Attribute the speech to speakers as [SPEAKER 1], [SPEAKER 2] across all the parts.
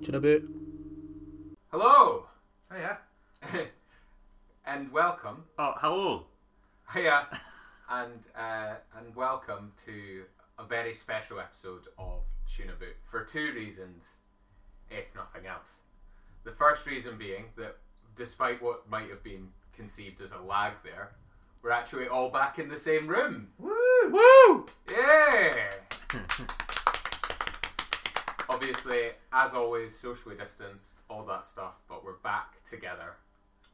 [SPEAKER 1] Chinaboot.
[SPEAKER 2] Hello,
[SPEAKER 3] Oh yeah.
[SPEAKER 2] and welcome.
[SPEAKER 4] Oh, hello.
[SPEAKER 2] Yeah, and uh, and welcome to a very special episode of Tuna Boot for two reasons, if nothing else. The first reason being that, despite what might have been conceived as a lag, there, we're actually all back in the same room.
[SPEAKER 3] Woo!
[SPEAKER 4] Woo!
[SPEAKER 2] Yeah. Obviously, as always, socially distanced, all that stuff, but we're back together,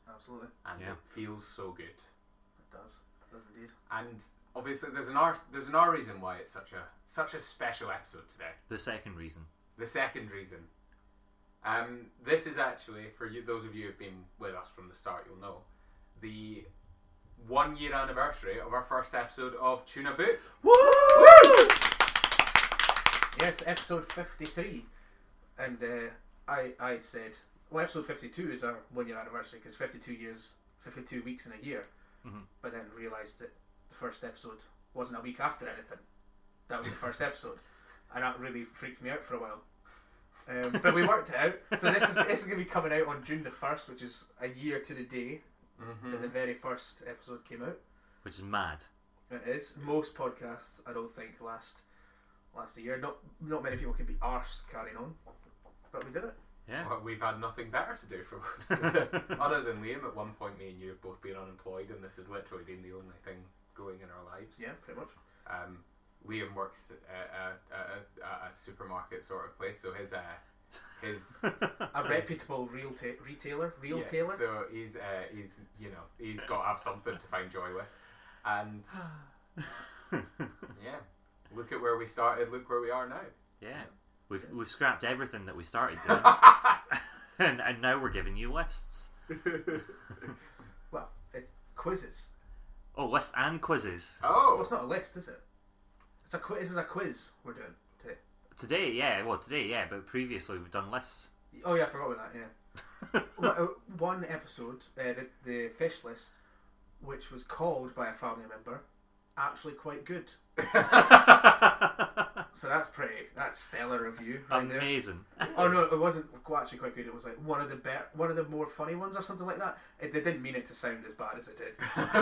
[SPEAKER 3] Absolutely.
[SPEAKER 2] and
[SPEAKER 4] Yeah.
[SPEAKER 2] it feels so good.
[SPEAKER 3] It does. It does indeed.
[SPEAKER 2] And obviously, there's an R, there's an R reason why it's such a such a special episode today.
[SPEAKER 4] The second reason.
[SPEAKER 2] The second reason, um, this is actually for you. Those of you who've been with us from the start, you'll know the one year anniversary of our first episode of Tuna Boot.
[SPEAKER 3] Yes, episode fifty-three, and uh, I I had said well, episode fifty-two is our one-year anniversary because fifty-two years, fifty-two weeks in a year.
[SPEAKER 4] Mhm.
[SPEAKER 3] But then realised that the first episode wasn't a week after anything. That was the first episode, and that really freaked me out for a while. Um, but we worked it out. So this is this is going to be coming out on June the first, which is a year to the day that
[SPEAKER 2] Mm-hmm.
[SPEAKER 3] the very first episode came out.
[SPEAKER 4] Which is mad.
[SPEAKER 3] It is. Most podcasts, I don't think, last last a year. Not not many people can be arsed carrying on, but we did it.
[SPEAKER 4] Yeah.
[SPEAKER 2] Well, we've had nothing better to do for once. Other than Liam, at one point, me and you have both been unemployed, and this has literally been the only thing going in our lives.
[SPEAKER 3] Yeah, pretty much.
[SPEAKER 2] Um, Liam works at a, a, a, a supermarket sort of place, so his uh, his
[SPEAKER 3] A reputable real ta- retailer, real
[SPEAKER 2] yeah,
[SPEAKER 3] tailor.
[SPEAKER 2] So he's uh, he's you know he's got to have something to find joy with, and yeah, look at where we started. Look where we are now.
[SPEAKER 4] yeah. We've, we've scrapped everything that we started doing. and, and now we're giving you lists.
[SPEAKER 3] well, it's quizzes.
[SPEAKER 4] Oh, lists and quizzes.
[SPEAKER 3] Well,
[SPEAKER 2] oh,
[SPEAKER 3] it's not a list, is it? It's a quiz. This is a quiz we're doing today.
[SPEAKER 4] Today, yeah. Well, today, yeah. But previously, we've done lists.
[SPEAKER 3] Oh yeah, I forgot about that. Yeah, Well, uh, one episode, uh, the, the fish list, which was called by a family member, actually quite good. So that's pretty. That's stellar review. Right there.
[SPEAKER 4] Amazing.
[SPEAKER 3] Oh no, it wasn't qu- actually quite good. It was like one of the be- one of the more funny ones or something like that. It, they didn't mean it to sound as bad as it did.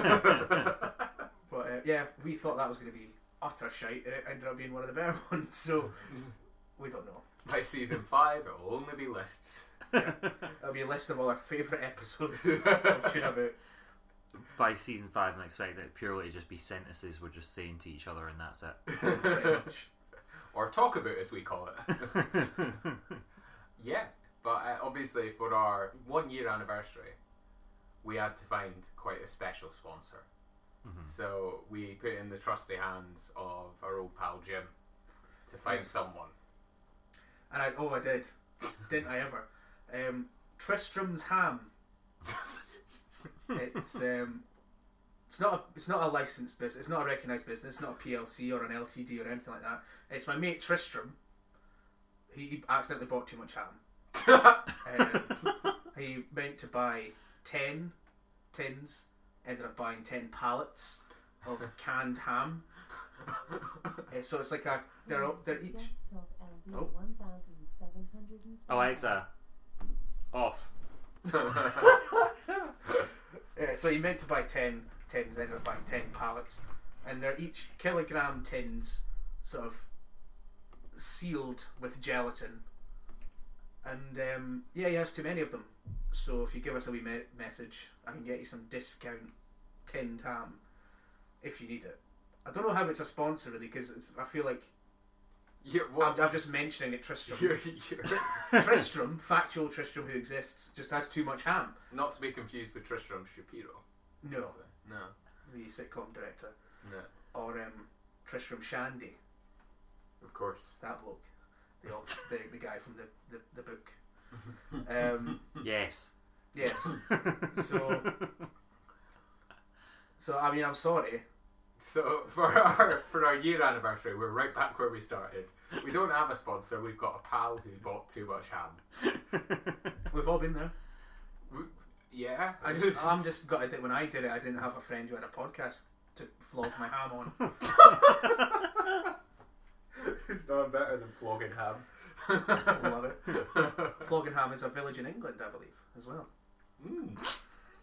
[SPEAKER 3] but uh, yeah, we thought that was going to be utter shite, and it ended up being one of the better ones. So we don't know.
[SPEAKER 2] by season five, it'll only be lists.
[SPEAKER 3] It'll be a list of all our favourite episodes of Tune About.
[SPEAKER 4] By season five, I'm expecting it purely to just be sentences we're just saying to each other, and that's it.
[SPEAKER 3] Pretty much.
[SPEAKER 2] or talk about as we call it. yeah, but uh, obviously for our one year anniversary, we had to find quite a special sponsor.
[SPEAKER 3] Mm-hmm.
[SPEAKER 2] So we put in the trusty hands of our old pal Jim to find
[SPEAKER 3] Yes.
[SPEAKER 2] someone.
[SPEAKER 3] And I oh I did, didn't I ever? Um, Tristram's ham. it's um, it's not a, it's not a licensed business. It's not a recognised business. It's not a PLC or an LTD or anything like that. It's my mate Tristram. He accidentally bought too much ham. um, he meant to buy ten tins. Ended up buying ten pallets of canned ham. Uh, so it's like a they're all, they're each. Oh.
[SPEAKER 4] Alexa, off.
[SPEAKER 3] Yeah, so he meant to buy 10 tins, ended up buying 10 pallets. And they're each kilogram tins, sort of sealed with gelatin. And um, yeah, he has too many of them. So if you give us a wee me- message, I can get you some discount tinned ham if you need it. I don't know how it's a sponsor really, because I feel like
[SPEAKER 2] Yeah, well,
[SPEAKER 3] I'm, I'm just mentioning it. Tristram,
[SPEAKER 2] you're, you're-
[SPEAKER 3] Tristram, factual Tristram who exists, just has too much ham.
[SPEAKER 2] not to be confused with Tristram Shapiro.
[SPEAKER 3] No,
[SPEAKER 2] No,
[SPEAKER 3] the sitcom director.
[SPEAKER 2] no,
[SPEAKER 3] or um, Tristram Shandy,
[SPEAKER 2] of course.
[SPEAKER 3] that bloke, the old, the, the guy from the the, the book. Um,
[SPEAKER 4] Yes.
[SPEAKER 3] yes. So. So I mean, I'm sorry.
[SPEAKER 2] So for our for our year anniversary, we're right back where we started. We don't have a sponsor. We've got a pal who bought too much ham.
[SPEAKER 3] We've all been there.
[SPEAKER 2] W- Yeah,
[SPEAKER 3] I just, I'm just gutted that when I did it, I didn't have a friend who had a podcast to flog my ham on.
[SPEAKER 2] it's not better than flogging ham.
[SPEAKER 3] I love it. Flogenham is a village in England, I believe, as well.
[SPEAKER 2] Mm.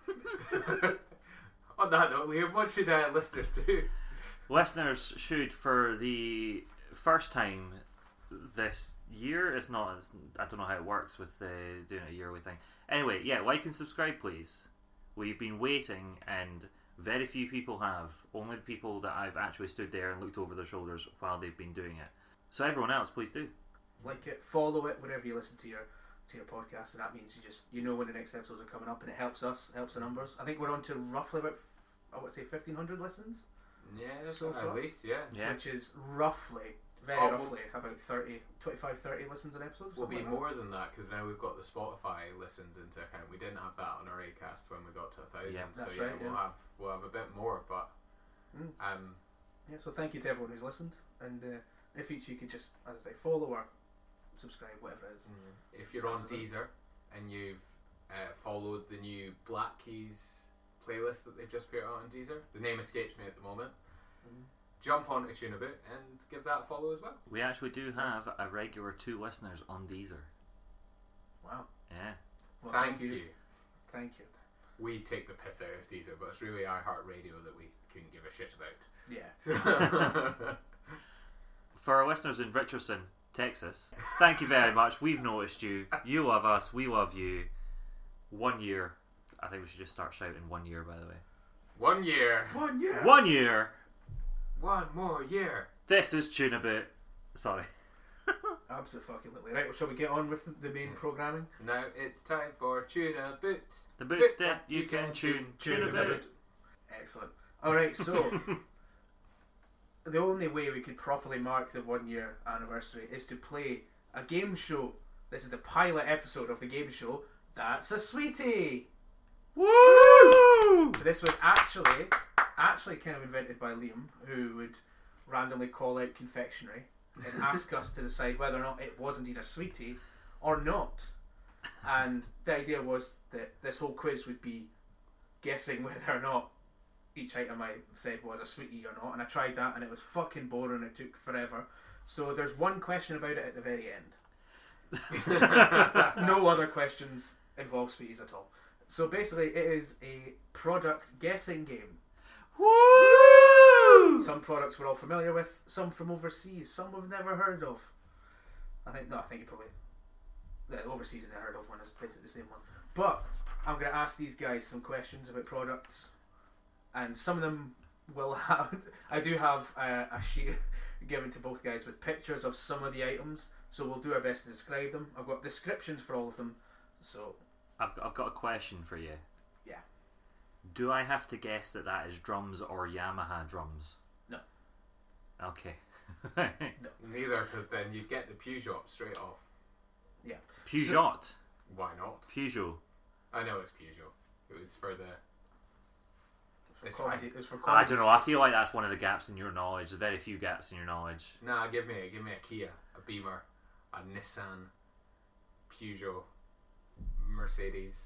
[SPEAKER 2] Hmm. On that note, Liam, what should uh, listeners do?
[SPEAKER 4] Listeners should, for the first time this year, it's not, it's, I don't know how it works with uh, doing a yearly thing. Anyway, yeah, like and subscribe, please. We've been waiting, and very few people have. Only the people that I've actually stood there and looked over their shoulders while they've been doing it. So, everyone else, please do.
[SPEAKER 3] Like it, follow it wherever you listen to your to your podcast, and that means you just you know when the next episodes are coming up, and it helps us, it helps the numbers. I think we're on to roughly about f- I would say fifteen hundred listens,
[SPEAKER 2] Yeah,
[SPEAKER 3] So
[SPEAKER 2] at
[SPEAKER 3] far.
[SPEAKER 2] least, yeah.
[SPEAKER 4] Yeah.
[SPEAKER 3] which is roughly, very
[SPEAKER 2] Oh, we'll-
[SPEAKER 3] roughly, about 30, 25, 30 listens an episode.
[SPEAKER 2] Will
[SPEAKER 3] something
[SPEAKER 2] be
[SPEAKER 3] like that.
[SPEAKER 2] more than that because now we've got the Spotify listens into account. We didn't have that on our Acast when we got to a thousand,
[SPEAKER 4] Yeah.
[SPEAKER 2] so
[SPEAKER 3] That's
[SPEAKER 2] yeah,
[SPEAKER 3] right,
[SPEAKER 2] we'll
[SPEAKER 3] yeah.
[SPEAKER 2] have we'll have a bit more. But
[SPEAKER 3] Mm.
[SPEAKER 2] um,
[SPEAKER 3] Yeah, so thank you to everyone who's listened, and uh, if each you could just, as I say, follow or subscribe, whatever it is.
[SPEAKER 2] if you're on
[SPEAKER 3] Sounds good.
[SPEAKER 2] Deezer and you've uh, followed the new Black Keys playlist that they've just put out on Deezer, the name escapes me at the moment. Mm-hmm.
[SPEAKER 3] Mm.
[SPEAKER 2] Jump on to TuneAbout and give that a follow as well.
[SPEAKER 4] We actually do have a regular two listeners on Deezer.
[SPEAKER 3] Wow.
[SPEAKER 4] Yeah.
[SPEAKER 3] Well,
[SPEAKER 2] Thank, you.
[SPEAKER 3] Thank you.
[SPEAKER 2] We take the piss out of Deezer, but it's really iHeartRadio that we couldn't give a shit
[SPEAKER 3] Yeah.
[SPEAKER 2] about.
[SPEAKER 4] For our listeners in Richardson, Texas, thank you very much. We've noticed you. You love us. We love you. One year. I think we should just start shouting one year, by the way.
[SPEAKER 2] One year,
[SPEAKER 3] One year.
[SPEAKER 4] One year!
[SPEAKER 2] one more year.
[SPEAKER 4] This is Tunabit. Sorry.
[SPEAKER 3] Absolutely. Right, well, shall we get on with the main
[SPEAKER 2] Hmm.
[SPEAKER 3] programming?
[SPEAKER 2] Now it's time for Tuna Boot.
[SPEAKER 4] The boot that you can tune, tune a bit.
[SPEAKER 3] Excellent. All right, so the only way we could properly mark the one year anniversary is to play a game show. This is the pilot episode of the game show. That's a sweetie.
[SPEAKER 4] Woo!
[SPEAKER 3] This was actually actually kind of invented by Liam, who would randomly call out confectionery and ask us to decide whether or not it was indeed a sweetie or not. And the idea was that this whole quiz would be guessing whether or not each item I said was a sweetie or not. And I tried that, and it was fucking boring. It took forever. So there's one question about it at the very end. no other questions involve sweeties at all. So basically, it is a product guessing game.
[SPEAKER 4] Woo!
[SPEAKER 3] Some products we're all familiar with, some from overseas, some we've never heard of. I think no, I think you probably the overseas and the heard of one is basically the same one. But I'm going to ask these guys some questions about products, and some of them will have. I do have uh, a sheet given to both guys with pictures of some of the items, so we'll do our best to describe them. I've got descriptions for all of them, so
[SPEAKER 4] I've got, I've got a question for you.
[SPEAKER 3] Yeah.
[SPEAKER 4] Do I have to guess that that is drums or Yamaha drums?
[SPEAKER 3] No.
[SPEAKER 4] Okay.
[SPEAKER 2] Neither, because then you'd get the Peugeot straight off.
[SPEAKER 4] Peugeot.
[SPEAKER 2] Why not?
[SPEAKER 4] Peugeot.
[SPEAKER 2] I know it's Peugeot. It was for the. It's
[SPEAKER 3] comedy-
[SPEAKER 2] fine.
[SPEAKER 3] it's for
[SPEAKER 4] I
[SPEAKER 3] comedy.
[SPEAKER 4] don't know. I feel like that's one of the gaps in your knowledge. There's very few gaps in your knowledge.
[SPEAKER 2] Nah, give me a give me a Kia, a Beamer, a Nissan, Peugeot, Mercedes,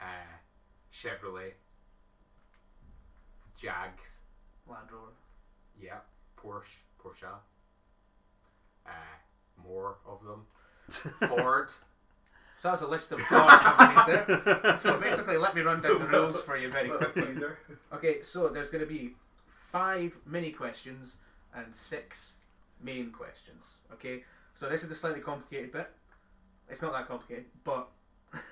[SPEAKER 2] uh, Chevrolet, Jags,
[SPEAKER 3] Land Rover.
[SPEAKER 2] yeah, Porsche, Porsche, uh, more of them, Ford.
[SPEAKER 3] So that's a list of product companies there. So basically, let me run down the rules for you very quickly. Okay, so there's going to be five mini questions and six main questions. Okay, so this is the slightly complicated bit. It's not that complicated, but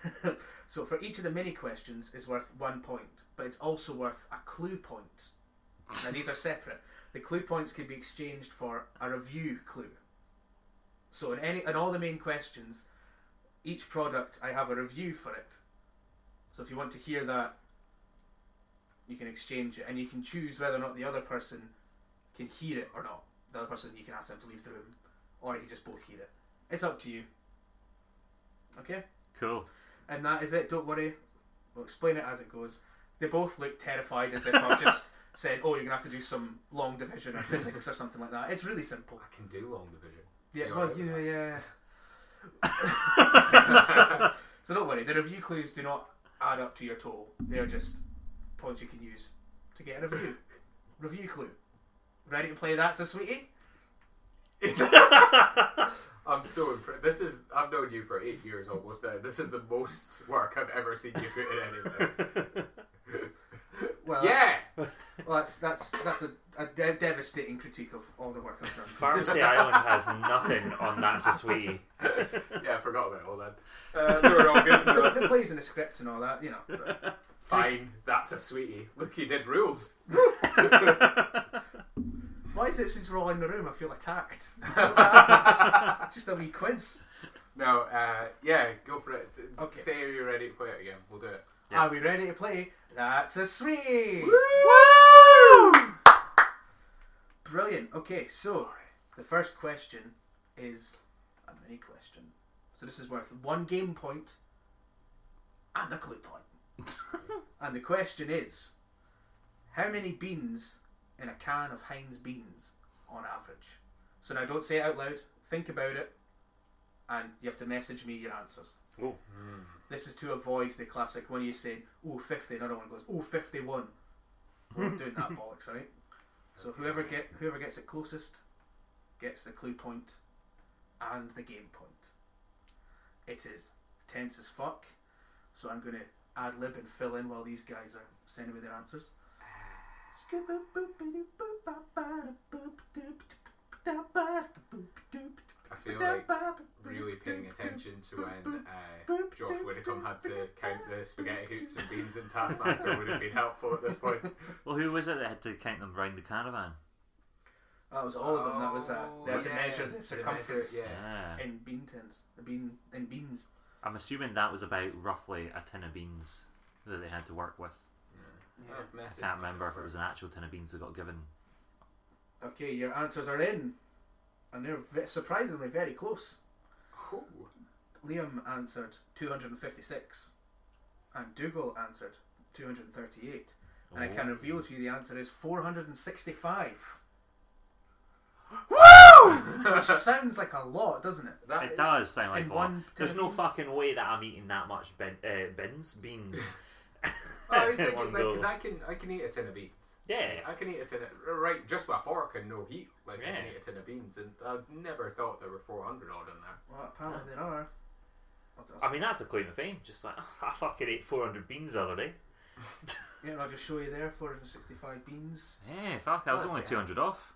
[SPEAKER 3] so for each of the mini questions is worth one point, but it's also worth a clue point. Now these are separate. The clue points can be exchanged for a review clue. So in any in all the main questions, each product I have a review for it. So if you want to hear that, you can exchange it, and you can choose whether or not the other person can hear it or not. The other person, you can ask them to leave the room, or you can just both hear it. It's up to you. Okay,
[SPEAKER 4] Cool.
[SPEAKER 3] and that is it. Don't worry, we'll explain it as it goes. They both look terrified as if I've just said, "Oh, you're gonna have to do some long division or physics or something like that." It's really simple.
[SPEAKER 2] I can do long division.
[SPEAKER 3] Yeah,
[SPEAKER 2] You're
[SPEAKER 3] well,
[SPEAKER 2] right with
[SPEAKER 3] yeah,
[SPEAKER 2] that.
[SPEAKER 3] yeah. so don't worry, the review clues do not add up to your total. They're just points you can use to get a review. review clue. Ready to play that to sweetie?
[SPEAKER 2] I'm so impressed. This is I've known you for eight years almost now. This is the most work I've ever seen you put in anywhere.
[SPEAKER 3] Well,
[SPEAKER 2] yeah,
[SPEAKER 3] Well, that's that's that's a, a de- devastating critique of all the work I've done.
[SPEAKER 4] Pharmacy Island has nothing on That's a Sweetie.
[SPEAKER 2] yeah, I forgot about all that.
[SPEAKER 3] Uh,
[SPEAKER 2] they were all good.
[SPEAKER 3] the, the plays and the scripts and all that, you know. But,
[SPEAKER 2] Fine, that's a sweetie. Look, he did rules.
[SPEAKER 3] why is it since we're all in the room, I feel attacked? What's happened? it's just a wee quiz.
[SPEAKER 2] No, uh, yeah, go for it. S-
[SPEAKER 3] Okay.
[SPEAKER 2] Say you're ready to play it again. We'll do it.
[SPEAKER 4] Yeah.
[SPEAKER 3] Are we ready to play? That's a sweetie. Brilliant. Okay, so the first question is a mini question. So this is worth one game point and a clue point. and the question is how many beans in a can of Heinz beans on average? So now don't say it out loud, think about it, and you have to message me your answers.
[SPEAKER 2] Oh.
[SPEAKER 4] Ooh.
[SPEAKER 3] This is to avoid the classic when you're saying, oh, 50, another one goes, oh, 51. We're doing that bollocks, right? So whoever get whoever gets it closest gets the clue point and the game point. It is tense as fuck, so I'm going to ad lib and fill in while these guys are sending me their answers.
[SPEAKER 2] I feel like really paying attention to when uh, Josh Widdicombe had to count the spaghetti hoops and beans in Taskmaster would have been helpful at this point.
[SPEAKER 4] Well, who was it that had to count them round the caravan?
[SPEAKER 3] That was all of them. That was uh,
[SPEAKER 2] Oh,
[SPEAKER 3] they had to
[SPEAKER 2] yeah,
[SPEAKER 3] measure
[SPEAKER 2] they
[SPEAKER 3] the circumference
[SPEAKER 2] measure it,
[SPEAKER 4] Yeah.
[SPEAKER 3] in bean tins, bean in beans.
[SPEAKER 4] Ah. I'm assuming that was about roughly a tin of beans that they had to work with.
[SPEAKER 2] Yeah.
[SPEAKER 4] I can't remember if it was an actual tin of beans that got given.
[SPEAKER 3] Okay, your answers are in, and they're ve- surprisingly very close.
[SPEAKER 2] Oh,
[SPEAKER 3] Liam answered 256, and Dougal answered 238. And I can
[SPEAKER 4] Oh.
[SPEAKER 3] reveal to you the answer is 465. Woo! Which
[SPEAKER 2] Oh,
[SPEAKER 3] sounds like a lot, doesn't it?
[SPEAKER 2] that
[SPEAKER 4] It does sound like
[SPEAKER 3] in
[SPEAKER 4] a lot.
[SPEAKER 3] one tin
[SPEAKER 4] There's
[SPEAKER 3] of
[SPEAKER 4] no
[SPEAKER 3] beans?
[SPEAKER 4] fucking way that I'm eating that much bin, uh, bins beans.
[SPEAKER 2] Oh, I was
[SPEAKER 4] in
[SPEAKER 2] thinking
[SPEAKER 4] one
[SPEAKER 2] like 'cause
[SPEAKER 4] go.
[SPEAKER 2] I can I can eat a tin of beans.
[SPEAKER 4] yeah,
[SPEAKER 2] I can eat a tin of, right just with a fork and no heat. Like I can
[SPEAKER 4] Yeah.
[SPEAKER 2] eat a tin of beans, and I've never thought there were 400 odd in there.
[SPEAKER 3] Well, apparently there are. I'll- I'll-
[SPEAKER 4] I mean that's a claim of fame. Just like "Oh, I fucking ate 400 beans the other day.
[SPEAKER 3] yeah, I'll just show you there 465 beans.
[SPEAKER 4] Yeah, fuck, I was
[SPEAKER 2] Oh,
[SPEAKER 4] only
[SPEAKER 2] yeah.
[SPEAKER 4] 200 off.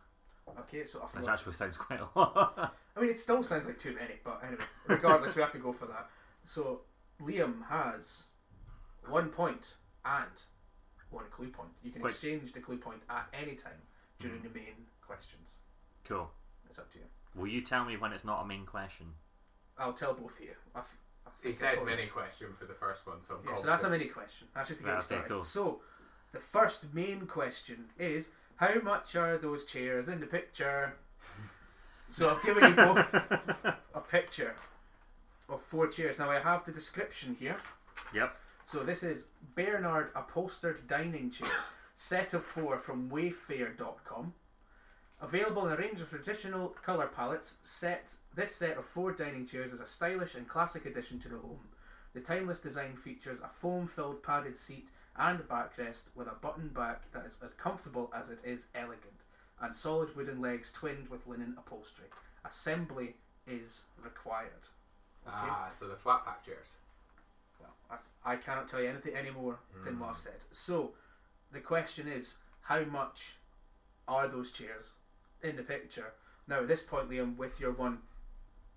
[SPEAKER 3] Okay, so I've
[SPEAKER 4] That
[SPEAKER 3] got-
[SPEAKER 4] actually sounds quite a lot.
[SPEAKER 3] I mean, it still sounds like too many, but anyway, regardless, we have to go for that. So Liam has one point and one clue point. You can
[SPEAKER 4] Quick. Mm.
[SPEAKER 3] exchange the clue point at any time during the main questions.
[SPEAKER 4] cool.
[SPEAKER 3] It's up to you.
[SPEAKER 4] Will you tell me when it's not a main question?
[SPEAKER 3] I'll tell both of you. I, f- I
[SPEAKER 2] He
[SPEAKER 3] think I
[SPEAKER 2] said
[SPEAKER 3] told
[SPEAKER 2] mini
[SPEAKER 3] you.
[SPEAKER 2] question for the first one, so I'm
[SPEAKER 3] Yeah, so that's a
[SPEAKER 2] confident.
[SPEAKER 3] mini question. That's just to get
[SPEAKER 4] Right,
[SPEAKER 3] you
[SPEAKER 4] okay,
[SPEAKER 3] started.
[SPEAKER 4] cool.
[SPEAKER 3] So the first main question is how much are those chairs in the picture? So I've given you both a picture of four chairs. Now I have the description here.
[SPEAKER 4] Yep.
[SPEAKER 3] So this is Bernard upholstered dining chairs, set of four from Wayfair.com. Available in a range of traditional colour palettes, set this set of four dining chairs is a stylish and classic addition to the home. The timeless design features a foam-filled padded seat and backrest with a button back that is as comfortable as it is elegant, and solid wooden legs twinned with linen upholstery. Assembly is required.
[SPEAKER 2] ah, so the flat pack chairs.
[SPEAKER 3] Well, that's, I cannot tell you anything any more than what I've said. So, the question is, how much are those chairs in the picture? Now, at this point, Liam, with your one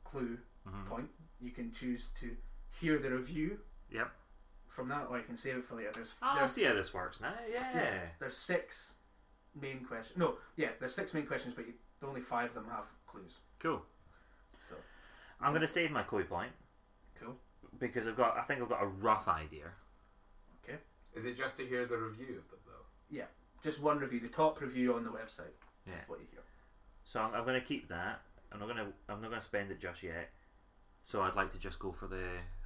[SPEAKER 3] clue point, you can choose to hear the review
[SPEAKER 4] Yep.
[SPEAKER 3] from that, or you can save it for later. There's,
[SPEAKER 4] I'll
[SPEAKER 3] there's,
[SPEAKER 4] Ah, see how this works now. Yeah.
[SPEAKER 3] yeah, there's six main questions. No, yeah, there's six main questions, but you, only five of them have clues.
[SPEAKER 4] Cool.
[SPEAKER 3] So,
[SPEAKER 4] I'm going to save my koi point
[SPEAKER 3] cool.
[SPEAKER 4] because I've got. I think I've got a rough idea.
[SPEAKER 3] Okay.
[SPEAKER 2] Is it just to hear the review of them though?
[SPEAKER 3] Yeah, just one review, the top review on the website.
[SPEAKER 4] Yeah.
[SPEAKER 3] That's what you hear.
[SPEAKER 4] So I'm, I'm going to keep that. I'm not going to. I'm not going to spend it just yet. So I'd like to just go for the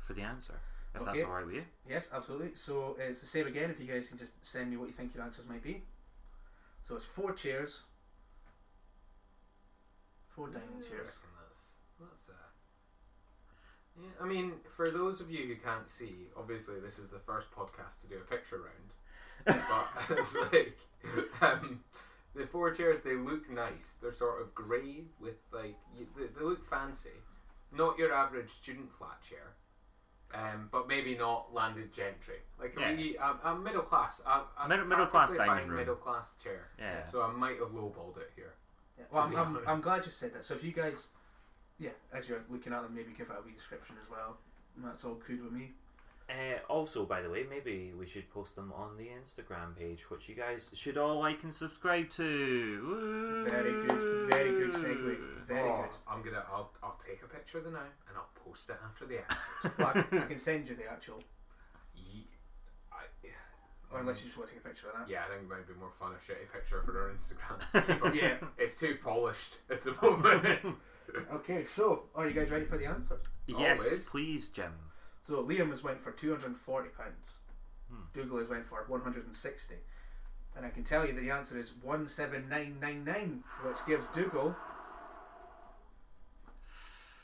[SPEAKER 4] for the answer, if that's
[SPEAKER 3] Okay.
[SPEAKER 4] all right with you.
[SPEAKER 3] Yes, absolutely. So it's the same again. If you guys can just send me what you think your answers might be. So it's four chairs, four dining
[SPEAKER 2] I
[SPEAKER 3] chairs.
[SPEAKER 2] reckon that's that's uh, yeah, I mean, for those of you who can't see, obviously this is the first podcast to do a picture round. But it's like um, the four chairs, they look nice. They're sort of grey with like you, they, they look fancy. not your average student flat share, um, but maybe not landed gentry. Like
[SPEAKER 4] Yeah.
[SPEAKER 2] a, really, a, a middle class, a, a
[SPEAKER 4] Middle- middle class
[SPEAKER 2] perfectly
[SPEAKER 4] dining
[SPEAKER 2] fine
[SPEAKER 4] room.
[SPEAKER 2] middle class chair.
[SPEAKER 4] Yeah.
[SPEAKER 2] So I might have lowballed it here.
[SPEAKER 3] Yeah, Well,
[SPEAKER 2] To
[SPEAKER 3] I'm,
[SPEAKER 2] be
[SPEAKER 3] I'm,
[SPEAKER 2] honest.
[SPEAKER 3] I'm glad you said that. So if you guys, yeah, as you're looking at them, maybe give out a wee description as well. And that's all good with me.
[SPEAKER 4] Uh, also, by the way, maybe we should post them on the Instagram page, which you guys should all like and subscribe to. Woo!
[SPEAKER 3] Very good, very good segue. Very
[SPEAKER 2] Oh,
[SPEAKER 3] good.
[SPEAKER 2] I'm gonna. I'll, I'll take a picture of the now and I'll post it after the episode.
[SPEAKER 3] Well, I, can- I can send you the actual,
[SPEAKER 2] Ye- I-
[SPEAKER 3] or unless you just want to take a picture of that.
[SPEAKER 2] yeah, I think it might be more fun a shitty picture for our Instagram. Keep up.
[SPEAKER 3] Yeah.
[SPEAKER 2] It's too polished at the moment.
[SPEAKER 3] Okay, so are you guys ready for the answers?
[SPEAKER 4] Yes,
[SPEAKER 2] Always.
[SPEAKER 4] please, Jim.
[SPEAKER 3] So Liam has went for two hundred and forty pounds.
[SPEAKER 4] Hmm.
[SPEAKER 3] Dougal has went for one hundred and sixty, and I can tell you that the answer is one seven nine nine nine, which gives Dougal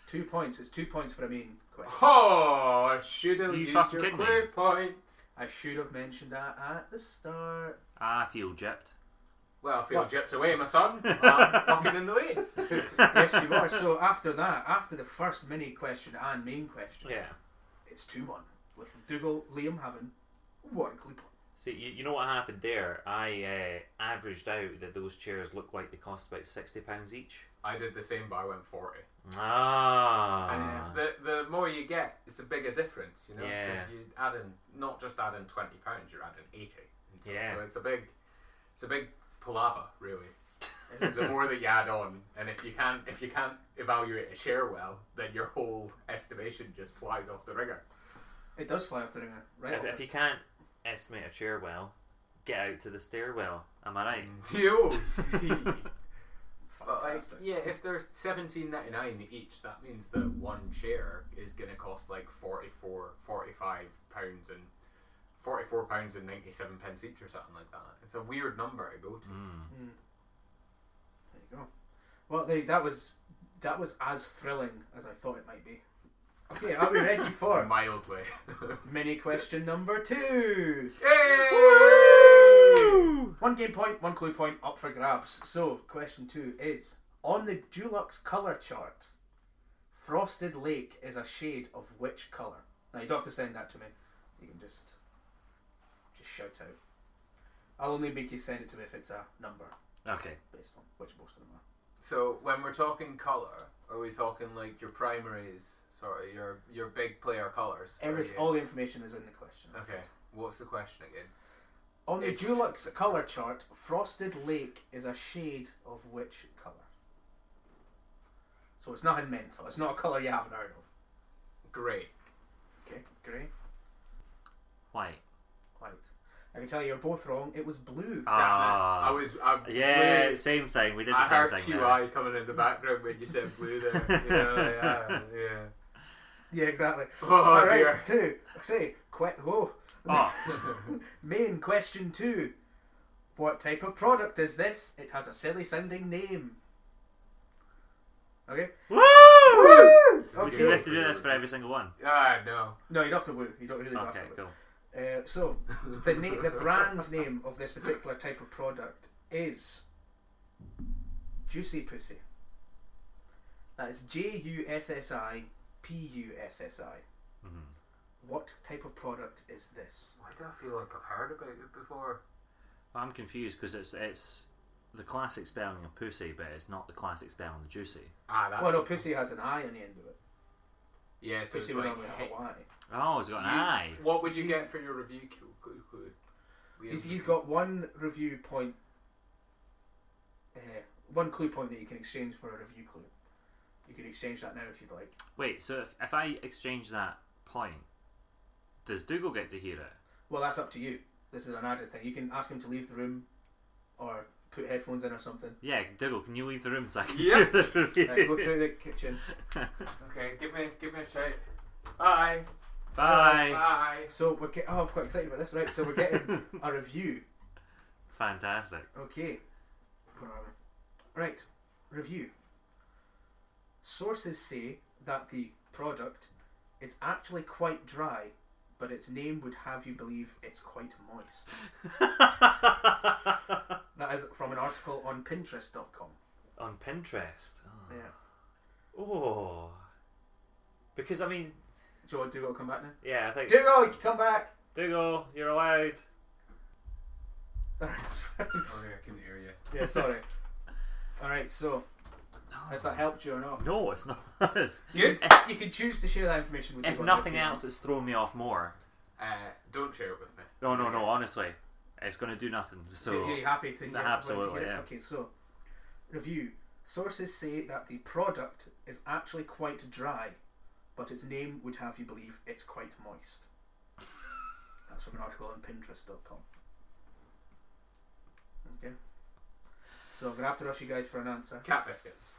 [SPEAKER 3] two points. It's two points for a main question.
[SPEAKER 2] oh, I should have
[SPEAKER 4] You
[SPEAKER 2] used
[SPEAKER 4] fucking
[SPEAKER 2] your
[SPEAKER 4] kidding me?
[SPEAKER 2] clue points.
[SPEAKER 3] I should have mentioned that at the start.
[SPEAKER 4] I feel gypped.
[SPEAKER 2] Well, I feel
[SPEAKER 3] What?
[SPEAKER 2] gypped away, my son. I'm fucking in the leads.
[SPEAKER 3] yes, you are. So after that, after the first mini question and main question,
[SPEAKER 4] Yeah.
[SPEAKER 3] it's two one with Dougal Liam having one clue point.
[SPEAKER 4] See, you, you know what happened there? I uh, averaged out that those chairs look like they cost about sixty pounds each.
[SPEAKER 2] I did the same, but I went 40. And
[SPEAKER 4] Ah.
[SPEAKER 2] the, the more you get, it's a bigger difference, you know?
[SPEAKER 4] Yeah.
[SPEAKER 2] Because you add in, not just adding 20 pounds, you're adding 80. in total.
[SPEAKER 4] Yeah.
[SPEAKER 2] So it's a big, it's a big palaver, really.
[SPEAKER 3] It
[SPEAKER 2] the more that you add on, and if you can't if you can't evaluate a share well, then your whole estimation just flies off the ringer.
[SPEAKER 3] It does fly off the ringer, right?
[SPEAKER 4] If, if you can't estimate a chair well, get out to the stairwell. Am I right?
[SPEAKER 2] Yo, but like,
[SPEAKER 3] Fantastic.
[SPEAKER 2] yeah, if they're seventeen ninety nine each, that means that one share is going to cost like 44, 45 pounds and forty four pounds and ninety seven pence each or something like that. It's a weird number to go to.
[SPEAKER 3] There you go. Well, they, that was that was as thrilling as I thought it might be. Okay, are we ready for
[SPEAKER 2] Mildly.
[SPEAKER 3] mini question number two?
[SPEAKER 2] Yay!
[SPEAKER 3] One game point, one clue point, up for grabs. So, question two is on the Dulux color chart. Frosted Lake is a shade of which color? Now you don't have to send that to me. You can just just shout out. I'll only make you send it to me if it's a number
[SPEAKER 4] Okay.
[SPEAKER 3] based on which most of them are.
[SPEAKER 2] So when we're talking color, are we talking like your primaries, sort of your your big player colors? Are
[SPEAKER 3] Every,
[SPEAKER 2] you-
[SPEAKER 3] all the information is in the question.
[SPEAKER 2] okay. What's the question again?
[SPEAKER 3] On the
[SPEAKER 2] It's-
[SPEAKER 3] Dulux colour chart, Frosted Lake is a shade of which colour? So it's nothing mental. It's not a colour you haven't heard of.
[SPEAKER 2] Great.
[SPEAKER 3] Okay, grey,
[SPEAKER 4] White.
[SPEAKER 3] white. I can tell you, you're both wrong. It was blue.
[SPEAKER 2] Damn it.
[SPEAKER 4] Ah.
[SPEAKER 2] I was. I
[SPEAKER 4] Yeah,
[SPEAKER 2] really-
[SPEAKER 4] same thing. We did the
[SPEAKER 2] I
[SPEAKER 4] same
[SPEAKER 2] heard
[SPEAKER 4] thing. there.
[SPEAKER 2] QI coming in the background when you said blue there. You know, yeah, yeah.
[SPEAKER 3] Yeah, exactly.
[SPEAKER 2] Oh,
[SPEAKER 3] All right,
[SPEAKER 2] dear.
[SPEAKER 3] two. Say, que- whoa.
[SPEAKER 4] Oh,
[SPEAKER 3] Main question two. What type of product is this? It has a silly sounding name. Okay.
[SPEAKER 4] woo!
[SPEAKER 2] Okay.
[SPEAKER 4] Do we have to do this for every single one?
[SPEAKER 2] Ah, no.
[SPEAKER 3] No, you don't have to woo. You don't really have to
[SPEAKER 4] Okay,
[SPEAKER 3] woo.
[SPEAKER 4] cool.
[SPEAKER 3] Uh, so the na- the brand name of this particular type of product is Juicy Pussy. That is J U S S I P U S S I.
[SPEAKER 2] Mm-hmm.
[SPEAKER 3] What type of product is this?
[SPEAKER 2] Why do I feel like I've heard about it before?
[SPEAKER 4] I'm confused because it's it's the classic spelling of pussy, but it's not the classic spelling of juicy.
[SPEAKER 2] Ah, that's.
[SPEAKER 3] well, no, pussy has an I on the end of it.
[SPEAKER 2] yeah, so
[SPEAKER 3] Pussy
[SPEAKER 2] it's
[SPEAKER 3] would
[SPEAKER 2] like.
[SPEAKER 3] normally have
[SPEAKER 2] hey,
[SPEAKER 3] a Y.
[SPEAKER 4] Oh, it's got an eye.
[SPEAKER 2] you- What would you get for your review? Clue, clue, clue? We
[SPEAKER 3] He's,
[SPEAKER 2] have-
[SPEAKER 3] he's got one review point, uh, one clue point that you can exchange for a review clue. You can exchange that now if you'd like.
[SPEAKER 4] Wait, so if, if I exchange that point, does Dougal get to hear it?
[SPEAKER 3] Well, that's up to you. This is an added thing. You can ask him to leave the room, or put headphones in or something.
[SPEAKER 4] Yeah, Dougal, can you leave the room so I can
[SPEAKER 2] Yeah.
[SPEAKER 4] hear the review?
[SPEAKER 3] Right, go through the kitchen.
[SPEAKER 2] Okay, give me, give me a shout. Bye.
[SPEAKER 4] Bye.
[SPEAKER 2] Bye.
[SPEAKER 3] So we're get- oh, I'm quite excited about this, right? So we're getting a review.
[SPEAKER 4] Fantastic.
[SPEAKER 3] Okay, where are we? Right, review. Sources say that the product is actually quite dry, but its name would have you believe it's quite moist. That is from an article on Pinterest.com.
[SPEAKER 4] On Pinterest. Oh.
[SPEAKER 3] Yeah.
[SPEAKER 4] Oh. Because I mean,
[SPEAKER 3] Do you want Dougal to come back now?
[SPEAKER 4] yeah, I think
[SPEAKER 3] Dougal, come back!
[SPEAKER 4] Dougal, you're allowed.
[SPEAKER 2] Sorry, I couldn't hear you.
[SPEAKER 3] yeah, sorry. Alright, so, has that helped you or not?
[SPEAKER 4] No, it's not. It's-
[SPEAKER 3] You, you can choose to share that information with
[SPEAKER 4] if
[SPEAKER 3] Dougal
[SPEAKER 4] nothing
[SPEAKER 3] you want.
[SPEAKER 4] else, it's thrown me off more.
[SPEAKER 2] Uh, don't share it with me.
[SPEAKER 4] No, no, no. Honestly, it's going to do nothing. So
[SPEAKER 3] you're happy to hear
[SPEAKER 4] Nah,
[SPEAKER 3] when to
[SPEAKER 4] absolutely,
[SPEAKER 3] hear it.
[SPEAKER 4] yeah.
[SPEAKER 3] Okay, so review. Sources say that the product is actually quite dry, but its name would have you believe it's quite moist. That's from an article on Pinterest.com. Okay. So I'm gonna have to rush you guys for an answer.
[SPEAKER 2] Cat biscuits.